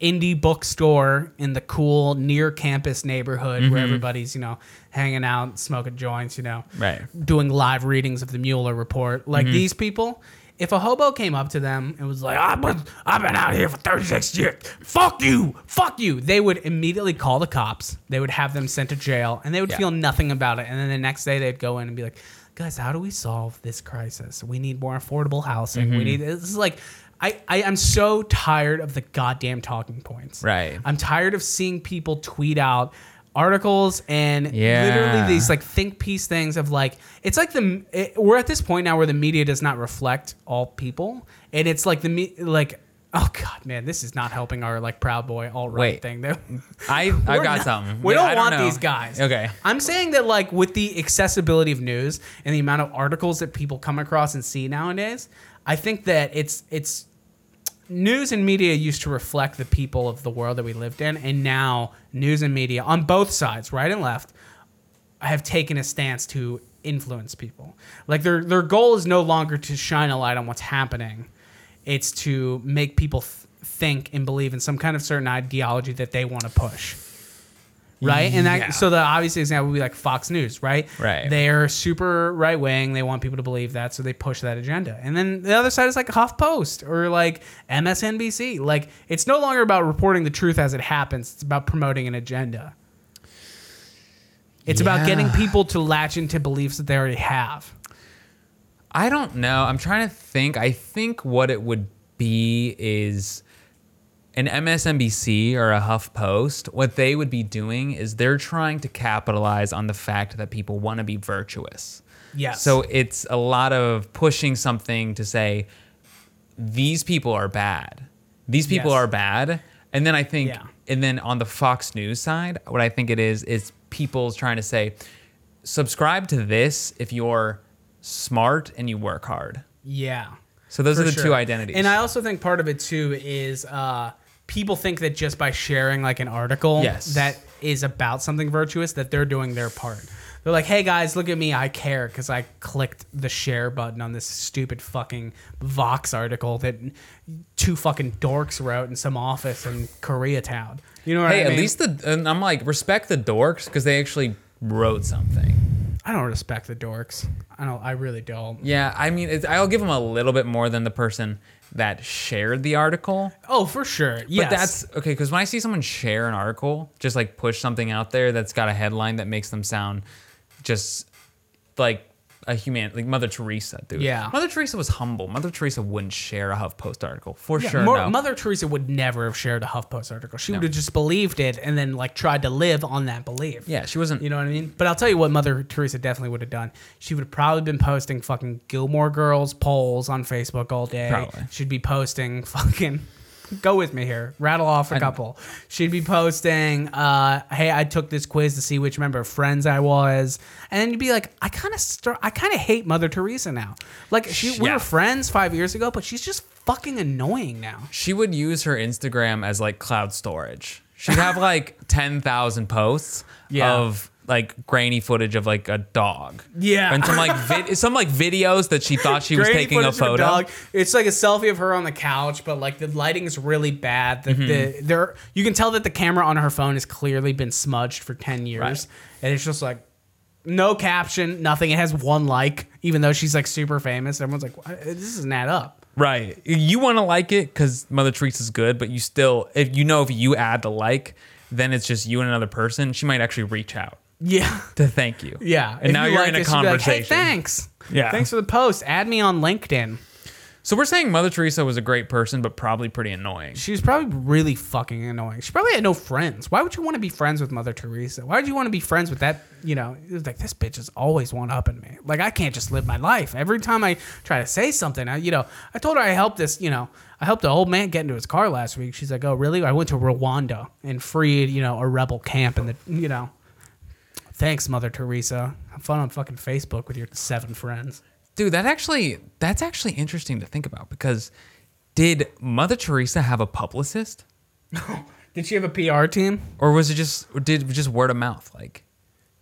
A: indie bookstore in the cool near campus neighborhood
B: Mm-hmm.
A: where everybody's you know hanging out smoking joints you know
B: Right.
A: doing live readings of the mueller report
B: Mm-hmm.
A: like these people if a hobo came up to them and was like I've been, I've been out here for 36 years fuck you fuck you they would immediately call the cops they would have them sent to jail and they would
B: Yeah.
A: feel nothing about it and then the next day they'd go in and be like guys how do we solve this crisis we need more affordable housing
B: Mm-hmm.
A: we need this is like I, I am so tired of the goddamn talking points
B: Right.
A: I'm tired of seeing people tweet out articles and
B: Yeah.
A: literally these like think piece things of like it's like the it, we're at this point now where the media does not reflect all people and it's like the me like oh god man this is not helping our like proud boy all right
B: Wait.
A: thing that
B: I I
A: (laughs) we're
B: got
A: not-
B: something.
A: We
B: Yeah,
A: don't
B: I
A: want
B: know.
A: these guys.
B: Okay.
A: I'm saying that like with the accessibility of news and the amount of articles that people come across and see nowadays, I think that it's it's news and media used to reflect the people of the world that we lived in, and now news and media on both sides, right and left, have taken a stance to influence people. Like their their goal is no longer to shine a light on what's happening. It's to make people th- think and believe in some kind of certain ideology that they want to push. Right? And that
B: Yeah.
A: so the obvious example would be like Fox News, right?
B: Right.
A: They're super right wing. They want people to believe that, so they push that agenda. And then the other side is like HuffPost or like MSNBC. Like it's no longer about reporting the truth as it happens. It's about promoting an agenda. It's about getting
B: Yeah.
A: people to latch into beliefs that they already have.
B: I don't know. I'm trying to think. I think what it would be is an MSNBC or a HuffPost. What they would be doing is they're trying to capitalize on the fact that people want to be virtuous.
A: Yes.
B: So it's a lot of pushing something to say these people are bad. These people
A: Yes.
B: are bad. And then I think
A: Yeah.
B: and then on the Fox News side, what I think it is is people trying to say subscribe to this if you're smart and you work hard.
A: Yeah.
B: So those
A: For
B: are the
A: sure.
B: two identities.
A: And I also think part of it too is uh, people think that just by sharing like an article
B: Yes.
A: that is about something virtuous that they're doing their part. They're like, "Hey guys, look at me. I care cuz I clicked the share button on this stupid fucking Vox article that two fucking dorks wrote in some office in Koreatown." You know what
B: hey,
A: I mean?
B: at least the and I'm like respect the dorks because they actually wrote something.
A: I don't respect the dorks. I don't I really don't.
B: Yeah, I mean, it's, I'll give them a little bit more than the person that shared the article.
A: Oh, for sure.
B: But
A: Yes.
B: that's okay because when I see someone share an article, just like push something out there that's got a headline that makes them sound just like a human, like Mother Teresa, dude.
A: Yeah.
B: Mother Teresa was humble. Mother Teresa wouldn't share a HuffPost article for
A: Yeah,
B: sure.
A: Mo-
B: no.
A: Mother Teresa would never have shared a HuffPost article. She would have just believed it and then like tried to live on that belief.
B: yeah, she wasn't.
A: You know what I mean? But I'll tell you what Mother Teresa definitely would have done. She would have probably been posting fucking Gilmore Girls polls on Facebook all day.
B: Probably.
A: She'd be posting fucking go with me here. Rattle off a couple. She'd be posting, uh, hey, I took this quiz to see which member of Friends I was. And then you'd be like, I kinda start I kinda hate Mother Teresa now. Like she we
B: Yeah.
A: were friends five years ago, but she's just fucking annoying now.
B: she would use her Instagram as like cloud storage. She'd have (laughs) like 10,000 posts
A: Yeah.
B: of like grainy footage of like a dog.
A: Yeah.
B: And some like vid- some like videos that she thought she was
A: Granny
B: taking a
A: footage of
B: photo.
A: dog. It's like a selfie of her on the couch, but like the lighting's really bad. The, the
B: Mm-hmm.
A: there you can tell that the camera on her phone has clearly been smudged for ten years,
B: Right.
A: and it's just like no caption, nothing. It has one like, even though she's like super famous. Everyone's like, "What? this doesn't add up.
B: Right. You want to like it cuz Mother Teresa's good, but you still if you know if you add the like, then it's just you and another person, she might actually reach out
A: Yeah. (laughs)
B: to thank you.
A: Yeah,
B: And
A: If
B: now
A: you
B: you're
A: like
B: in a
A: this, you'd be like, hey,
B: conversation.
A: thanks.
B: Yeah.
A: thanks for the post. Add me on LinkedIn.
B: So we're saying Mother Teresa was a great person but probably pretty annoying.
A: She was probably really fucking annoying. She probably had no friends. Why would you want to be friends with Mother Teresa? Why would you want to be friends with that? You know, it was like this bitch is always one upping me. Like I can't just live my life. Every time I try to say something, I you know, I told her I helped this. You know, I helped an old man get into his car last week. She's like, oh really? I went to Rwanda and freed you know a rebel camp and the you know. Thanks, Mother Teresa. Have fun on fucking Facebook with your seven friends.
B: Dude, that actually that's actually interesting to think about because did Mother Teresa have a publicist
A: Did she have a PR team?
B: or was it just or did just word of mouth like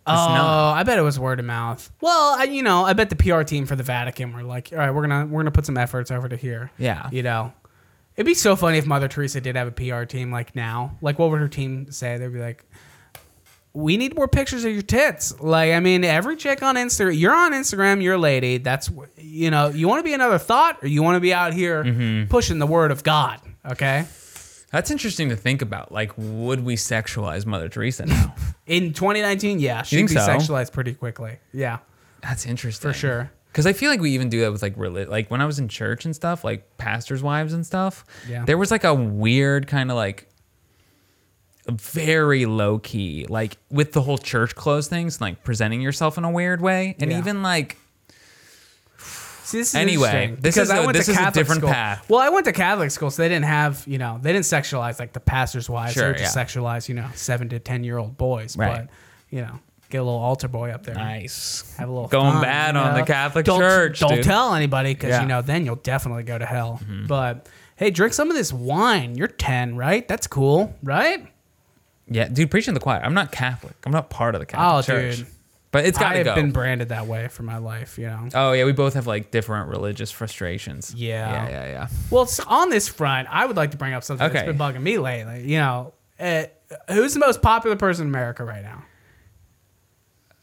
B: it's
A: Oh,
B: not.
A: I bet it was word of mouth. Well, I, you know, I bet the PR team for the Vatican were like, "All right, we're gonna we're gonna put some efforts over to here."
B: Yeah.
A: you know, it'd be so funny if Mother Teresa did have a PR team like now. Like, what would her team say? They'd be like, "We need more pictures of your tits." Like, I mean, every chick on Instagram, you're on Instagram, you're a lady. That's wh- you know, you want to be another thought, or you want to be out here
B: Mm-hmm.
A: pushing the word of God. Okay,
B: That's interesting to think about. Like would we sexualize Mother Teresa now?
A: in 2019, yeah, she'd
B: think
A: be
B: so?
A: sexualized pretty quickly. Yeah,
B: (laughs) That's interesting.
A: for sure.
B: Because I feel like we even do that with like reli- like when I was in church and stuff, like pastors' wives and stuff.
A: Yeah.
B: There was like a weird kind of like very low key, like with the whole church clothes things, like presenting yourself in a weird way, and
A: Yeah.
B: even like
A: See, this is
B: Anyway,
A: interesting,
B: this
A: because
B: is a- this is a different
A: school.
B: path.
A: Well, I went to Catholic school, so they didn't have you know they didn't sexualize like the pastors' wives. they
B: Sure,
A: would just
B: yeah.
A: sexualize you know seven to ten year old boys.
B: Right.
A: But you know, get a little altar boy up there. and
B: nice,
A: Have a little
B: going
A: fun,
B: bad
A: you
B: on the
A: know?
B: Catholic
A: Don't-
B: Church.
A: Don't
B: dude.
A: tell anybody because
B: Yeah. Mm-hmm.
A: you know then you'll definitely go to hell. But hey, drink some of this wine. You're ten, right? That's cool, right?
B: Yeah, dude, preaching the choir. I'm not Catholic. I'm not part of the Catholic
A: Oh,
B: Church.
A: dude.
B: But it's
A: I
B: gotta
A: have
B: go.
A: been branded that way for my life. You know.
B: oh yeah, we both have like different religious frustrations.
A: Yeah.
B: Yeah, yeah, yeah.
A: Well, s on this front, I would like to bring up something
B: Okay.
A: that's been bugging me lately. You know, uh, who's the most popular person in America right now?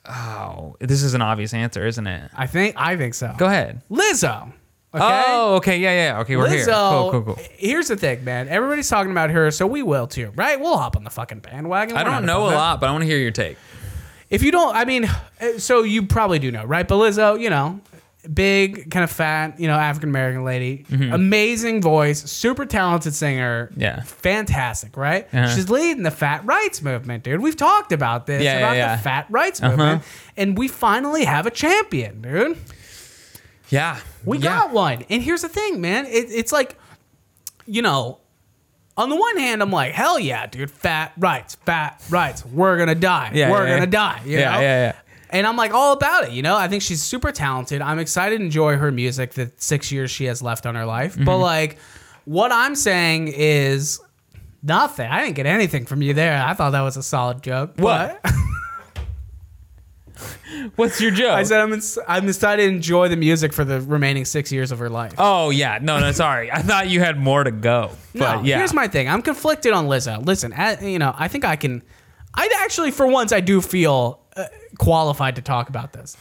B: Oh, this is an obvious answer, isn't it?
A: I think I think so.
B: Go ahead.
A: Lizzo. Okay?
B: Oh, okay, yeah, yeah. Okay, we're here. Cool,
A: Lizzo.
B: cool, cool.
A: Here's the thing, man. Everybody's talking about her, so we will too, right? We'll hop on the fucking bandwagon.
B: I
A: We're
B: don't
A: not
B: know a
A: above it.
B: lot, but I want to hear your take.
A: eh, If you don't, I mean, uh, so you probably do know, right? But Lizzo, you know, big, kind of fat, you know, African American lady, amazing voice, super talented singer.
B: Mm-hmm. Yeah.
A: Fantastic, right?
B: Uh-huh.
A: She's leading the fat rights movement, dude. We've talked about this,
B: Yeah, yeah,
A: about
B: yeah. Uh-huh.
A: the fat rights movement. And we finally have a champion, dude.
B: Yeah.
A: We
B: yeah.
A: got one. And here's the thing, man. It, it's like, you know, on the one hand, I'm like, hell yeah, dude, fat rights, fat rights. We're gonna die.
B: Yeah,
A: We're
B: yeah, yeah.
A: gonna die. You
B: Yeah, yeah,
A: know?
B: yeah.
A: And I'm like all about it, you know. I think she's super talented. I'm excited to enjoy her music. The six years she has left on her life, but like, what I'm saying is nothing. I didn't get anything from you there. I thought that was a solid joke.
B: What?
A: But-
B: What's
A: (laughs)
B: your joke?
A: I said I'm ins- I'm excited to enjoy the music for the remaining six years of her life.
B: oh yeah. No, no. Sorry. I thought you had more to go. But
A: no,
B: yeah.
A: here's my thing. I'm conflicted on Lizzo. Listen, I, you know, I think I can. I actually, for once, I do feel uh, qualified to talk about this.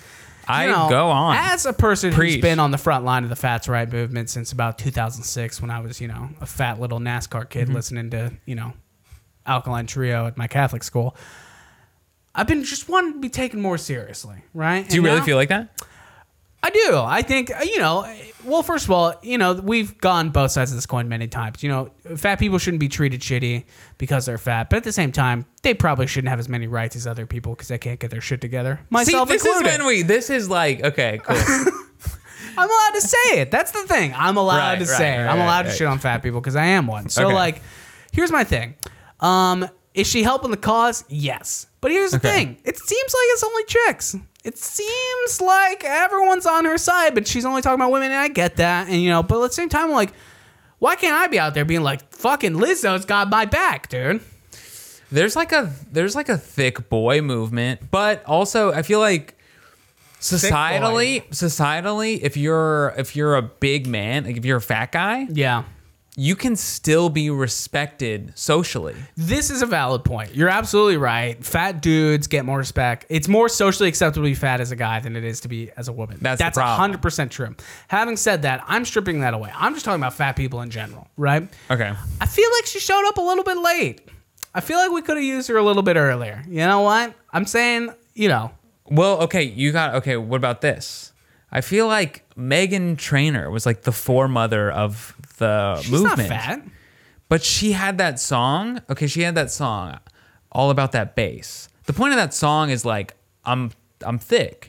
A: You
B: I
A: know,
B: go on.
A: As a person
B: Preach.
A: who's been on the front line of the Fats Right movement since about 2006, when I was, you know, a fat little NASCAR kid
B: Mm-hmm.
A: listening to, you know, Alkaline Trio at my Catholic school, I've been just wanting to be taken more seriously, right?
B: Do you really feel like that?
A: I do. I think uh, you know. Well, first of all, you know we've gone both sides of this coin many times. You know, fat people shouldn't be treated shitty because they're fat, but at the same time, they probably shouldn't have as many rights as other people because they can't get their shit together. Myself
B: See, this
A: included.
B: is when we. This is like okay, cool.
A: (laughs) I'm allowed to say it. That's the thing. I'm allowed
B: Right,
A: to
B: right,
A: say it.
B: right,
A: I'm
B: right,
A: allowed to
B: right.
A: shit on fat people because I am one. So
B: Okay.
A: like, here's my thing. Um, is she helping the cause? Yes. But here's the
B: Okay.
A: thing. It seems like it's only chicks. It seems like everyone's on her side, but she's only talking about women, and I get that. And you know, but at the same time, I'm like, why can't I be out there being like, fucking Lizzo's got my back, dude?
B: there's like a there's like a thick boy movement, but also I feel like societally societally if you're if you're a big man, like if you're a fat guy,
A: Yeah.
B: you can still be respected socially.
A: This is a valid point. You're absolutely right. Fat dudes get more respect. It's more socially acceptable to be fat as a guy than it is to be as a woman.
B: That's the
A: That's
B: problem.
A: 100% true. Having said that, I'm stripping that away. I'm just talking about fat people in general, right?
B: Okay.
A: I feel like she showed up a little bit late. I feel like we could have used her a little bit earlier. You know what? I'm saying, you know,
B: Well, okay, you got okay, what about this? I feel like Megan Trainor was like the foremother of the
A: she's
B: movement.
A: not fat.
B: But she had that song. Okay, she had that song all about that bass. The point of that song is like I'm I'm thick.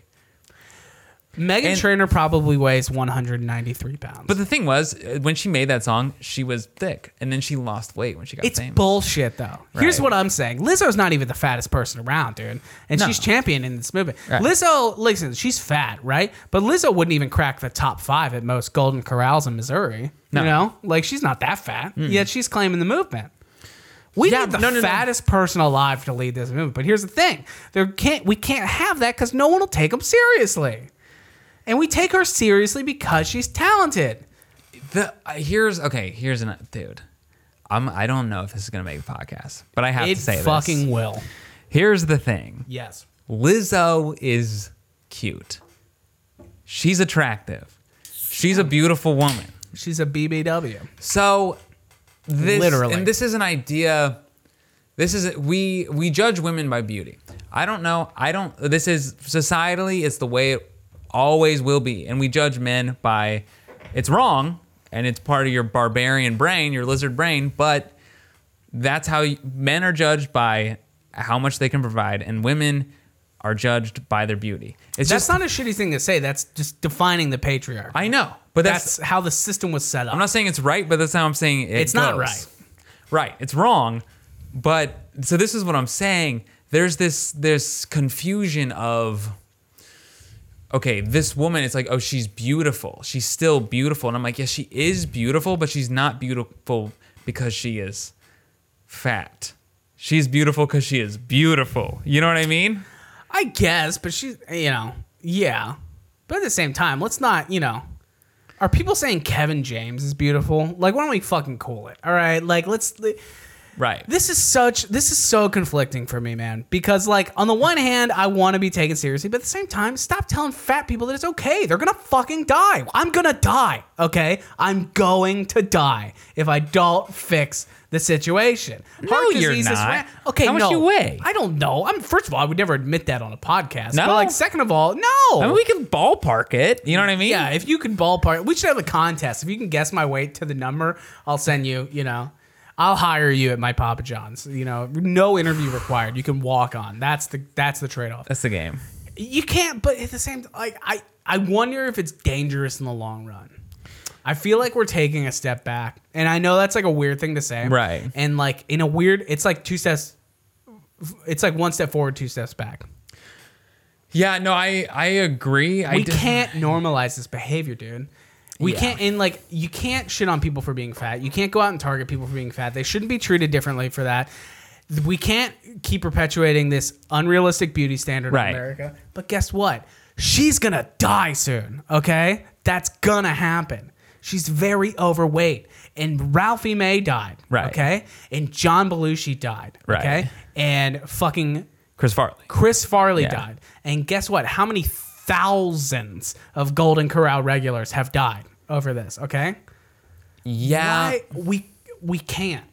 A: Megan
B: And-
A: Trainor probably weighs 193 pounds.
B: But the thing was, uh, when she made that song, she was thick, and then she lost weight when she got
A: It's
B: famous.
A: bullshit, though. Here's
B: Right.
A: what I'm saying: Lizzo's not even the fattest person around, dude, and
B: No.
A: she's champion in this movement.
B: Right.
A: Lizzo, listen, she's fat, right? But Lizzo wouldn't even crack the top five at most Golden Corrals in Missouri.
B: No.
A: You know, like she's not that fat, yet she's claiming the movement. We
B: Yeah,
A: need the
B: no, no, no.
A: fattest person alive to lead this movement. But here's the thing: there can't we can't have that because no one will take them seriously, and we take her seriously because she's talented.
B: the uh, here's okay. Here's an dude. I'm I don't know if this is gonna make a podcast, but I have
A: It
B: to say
A: fucking
B: this.
A: will.
B: Here's the thing.
A: Yes.
B: Lizzo is cute. She's attractive. She's a beautiful woman.
A: She's a BBW.
B: So this
A: Literally.
B: and this is an idea this is we we judge women by beauty. I don't know. I don't this is societally it's the way it always will be and we judge men by it's wrong and it's part of your barbarian brain, your lizard brain, but that's how you- men are judged by how much they can provide and women are judged by their beauty. It's
A: That's
B: just
A: not a shitty thing to say. That's just defining the patriarchy.
B: I know, but that's
A: that's, how the system was set up.
B: I'm not saying it's right, but that's how I'm saying it
A: It's not
B: goes.
A: right.
B: Right, it's wrong. But so this is what I'm saying. There's this this confusion of okay, this woman. It's like oh, she's beautiful. She's still beautiful, and I'm like, yes, she is beautiful, but she's not beautiful because she is fat. She's beautiful because she is beautiful. You know what I mean?
A: I guess, but she, you know, yeah. But at the same time, let's not, you know, are people saying Kevin James is beautiful? Like, why don't we fucking cool it? All right, like let's.
B: Right.
A: This is such this is so conflicting for me, man. Because like on the one hand, I want to be taken seriously, but at the same time, stop telling fat people that it's okay. They're gonna fucking die. I'm gonna die. Okay, I'm going to die if I don't fix the situation.
B: No, you're
A: disease is
B: not.
A: ra- okay,
B: How much
A: no.
B: you weigh?
A: I don't know. I'm first of all, I would never admit that on a podcast.
B: No.
A: But like second of all, no.
B: I mean, we can ballpark it. You know what I mean?
A: yeah, if you could ballpark, we should have a contest. If you can guess my weight to the number, I'll send you. You know, I'll hire you at my Papa John's. You know, no interview required. You can walk on. That's the that's the trade off.
B: That's the game.
A: You can't, but at the same, like I I wonder if it's dangerous in the long run. I feel like we're taking a step back, and I know that's like a weird thing to say,
B: Right.
A: And like in a weird, it's like two steps. It's like one step forward, two steps back.
B: Yeah, no, I I agree. I
A: we
B: did-
A: can't normalize this behavior, dude. We
B: Yeah.
A: can't, and like, you can't shit on people for being fat. You can't go out and target people for being fat. They shouldn't be treated differently for that. We can't keep perpetuating this unrealistic beauty standard
B: Right.
A: in America. But guess what? She's gonna die soon, okay? That's gonna happen. She's very overweight. And Ralphie May died,
B: Right.
A: okay? And John Belushi died,
B: Right.
A: okay? And fucking
B: Chris Farley.
A: Chris Farley
B: Yeah.
A: died. And guess what? How many thousands of Golden Corral regulars have died over this, okay?
B: Yeah.
A: Why we we can't.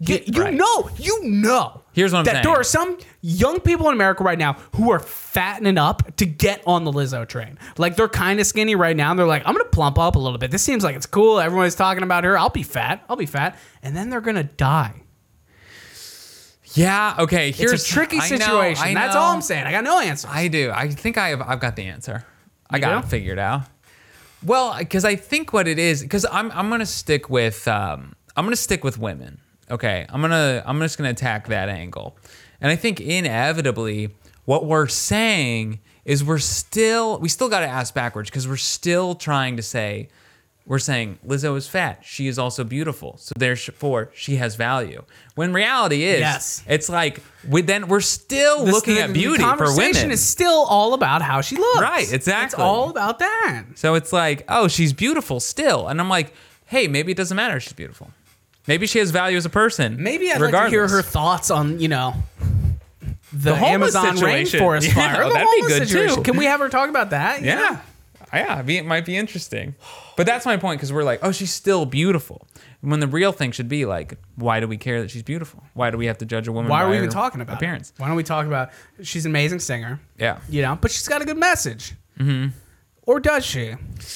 A: You,
B: Yeah,
A: you
B: Uh, right.
A: know, you know.
B: Here's what I'm
A: that
B: saying.
A: there are some young people in America right now who are fattening up to get on the Lizzo train. Like they're kind of skinny right now, and they're like, "I'm gonna plump up a little bit. This seems like it's cool. Everyone's talking about her. I'll be fat. I'll be fat." And then they're gonna die.
B: Yeah, okay. Here's
A: it's a tricky
B: I know,
A: situation.
B: I
A: That's
B: know.
A: all I'm saying. I got no answer.
B: I do. I think I have. I've got the answer. I
A: You
B: got
A: do?
B: it figured out. Well, because I think what it is, because I'm I'm gonna stick with um, I'm gonna stick with women. Okay, I'm gonna I'm just gonna attack that angle, and I think inevitably what we're saying is we're still we still got to ask backwards because we're still trying to say we're saying Lizzo is fat. She is also beautiful. So therefore, she has value. When reality is,
A: Yes.
B: it's like we then we're still
A: This-
B: looking
A: the-
B: at beauty
A: the
B: for
A: conversation
B: women.
A: is still all about how she looks.
B: Right,
A: It's
B: exactly.
A: all about that.
B: so it's like, oh, she's beautiful still, and I'm like, hey, maybe it doesn't matter. if She's beautiful. Maybe she has value as a person.
A: Maybe I'd like to hear her thoughts on you know the,
B: homeless
A: Amazon
B: situation. (laughs)
A: rainforest
B: Yeah,
A: fire. or the
B: that'd be
A: homeless
B: good,
A: situation.
B: too.
A: Can we have her talk about that? You know?
B: Yeah. Yeah, I mean, it might be interesting. But that's my point because we're like, oh, she's still beautiful. When the real thing should be like, why do we care that she's beautiful? Why do we have to judge a woman?
A: Why are we
B: by
A: even
B: her
A: talking about it?
B: appearance?
A: Why don't we talk about she's an amazing singer,
B: Yeah,
A: you know, but she's got a good message. Mm-hmm. Or does she?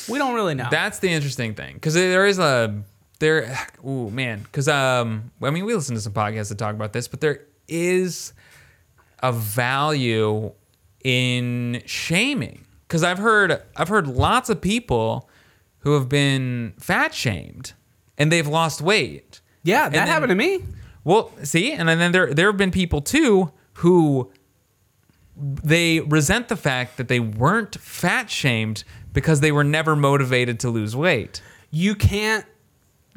A: We don't really know.
B: that's the interesting thing because there is a there. Oh man, because um, I mean, we listen to some podcasts that talk about this, but there is a value in shaming because I've heard I've heard lots of people who have been fat shamed and they've lost weight.
A: yeah, that
B: And then-
A: happened to me.
B: Well, see, and then there there have been people too who they resent the fact that they weren't fat shamed because they were never motivated to lose weight.
A: you can't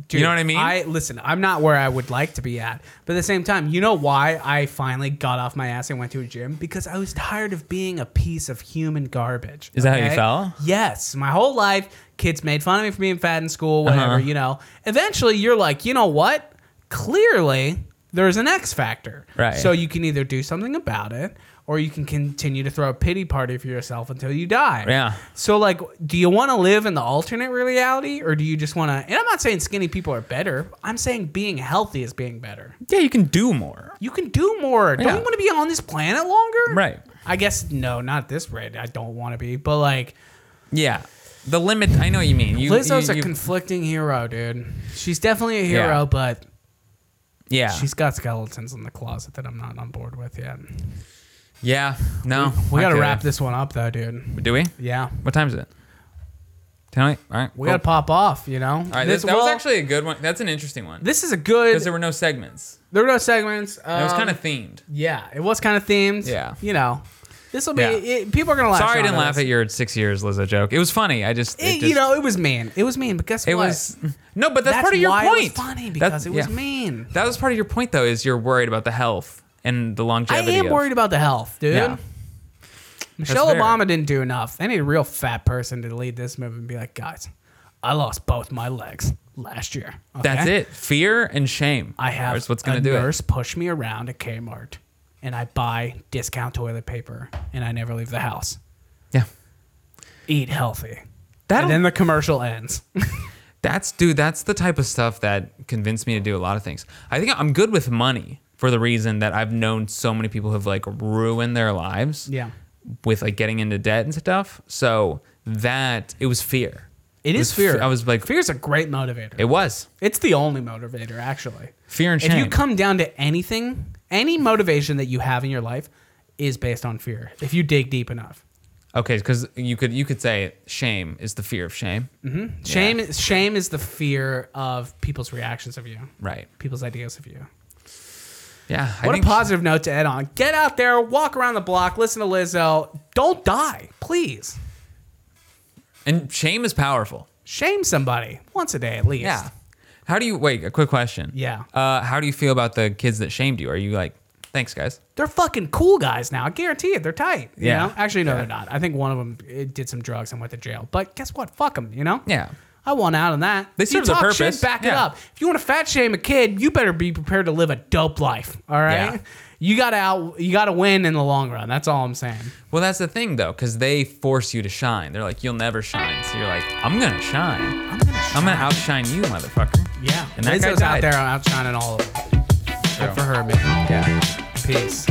A: dude,
B: You know what I mean?
A: I listen, I'm not where I would like to be at. But at the same time, you know why I finally got off my ass and went to a gym? Because I was tired of being a piece of human garbage.
B: Is that how you felt?
A: Yes. My whole life, kids made fun of me for being fat in school, whatever,
B: Uh-huh.
A: you know. Eventually you're like, you know what? Clearly there's an X factor.
B: Right.
A: So you can either do something about it or you can continue to throw a pity party for yourself until you die.
B: Yeah.
A: So like, do you want to live in the alternate reality, or do you just want to? And I'm not saying skinny people are better. I'm saying being healthy is being better.
B: Yeah, you can do more.
A: You can do more. Don't
B: Yeah.
A: you want to be on this planet longer?
B: Right.
A: I guess no, not at this rate. I don't want to be. But like,
B: Yeah. The limit I know what you mean. You,
A: Lizzo's
B: you-
A: a
B: you-
A: conflicting hero, dude. She's definitely a hero,
B: Yeah.
A: but
B: Yeah.
A: she's got skeletons in the closet that I'm not on board with yet.
B: yeah. No.
A: We
B: I
A: gotta
B: could.
A: wrap this one up, though, dude.
B: Do we?
A: Yeah,
B: What time is it? Tonight? All right.
A: we
B: cool.
A: gotta pop off. You know.
B: All right.
A: This-
B: This, that was
A: well,
B: actually a good one. That's an interesting one.
A: This is a good.
B: Because there were no segments.
A: There were no segments.
B: And it was
A: um,
B: kind of themed.
A: Yeah, it was kind of themed.
B: Yeah.
A: you know, this will be.
B: Yeah.
A: It, people are gonna laugh.
B: Sorry I didn't laugh at your six years Lizzo joke. It was funny. I just, it
A: It,
B: just-
A: you know, it was mean. It was mean, but guess
B: It
A: what?
B: was no, but that's,
A: That's
B: part of your
A: why
B: point.
A: It was funny
B: That-
A: because it was
B: yeah.
A: mean.
B: That was part of your point, though, is you're worried about the health and the
A: I
B: longevity.
A: am
B: of-
A: worried about the health, dude.
B: Yeah.
A: Michelle
B: fair.
A: Obama didn't do enough. They need a real fat person to lead this movement and be like, guys, I lost both my legs last year. okay?
B: That's it. Fear and shame.
A: I have
B: That's what's gonna
A: a
B: do
A: nurse push me around at Kmart, and I buy discount toilet paper, and I never leave the house.
B: it. Yeah.
A: Eat healthy.
B: That'll-
A: and then the commercial ends.
B: That's dude. That's the type of stuff that convinced me to do a lot of things. I think I'm good with money for the reason that I've known so many people who've like ruined their lives.
A: Yeah.
B: With like getting into debt and stuff. So that it was fear.
A: It
B: was
A: is fear.
B: fe- I was like,
A: fear is a great motivator.
B: it was
A: it's the only motivator, actually.
B: fear and shame.
A: If you come down to anything, any motivation that you have in your life is based on fear. If you dig deep enough,
B: okay, because you could you could say shame is the fear of shame.
A: Mm-hmm. shame shame is the fear of people's reactions of you,
B: Right.
A: people's ideas of you.
B: Yeah. I
A: What a
B: think-
A: positive note to end on. Get out there, walk around the block, listen to Lizzo. Don't die, please.
B: And shame is powerful.
A: Shame somebody once a day at least.
B: Yeah. How do you wait? A quick question.
A: Yeah.
B: Uh, how do you feel about the kids that shamed you? Are you like, thanks, guys?
A: They're fucking cool guys now. I guarantee it. They're tight. You
B: Yeah.
A: know? Actually, no, they're not. I think one of them it did some drugs and went to jail. But guess what? Fuck them, you know?
B: Yeah.
A: I want out on that.
B: They
A: If
B: serve
A: you
B: their
A: talk
B: purpose.
A: Shit, back it
B: Yeah.
A: up. If you want to fat shame a kid, you better be prepared to live a dope life. All right.
B: Yeah.
A: You gotta out. You gotta win in the long run. That's all I'm saying.
B: Well, that's the thing though, because they force you to shine. They're like, you'll never shine. So you're like, I'm gonna shine.
A: I'm gonna.
B: I'm gonna outshine you, motherfucker.
A: yeah.
B: And that guy
A: Lizzo's out
B: died.
A: there outshining all of them. Good
B: So,
A: for her, man.
B: Yeah.
A: Peace.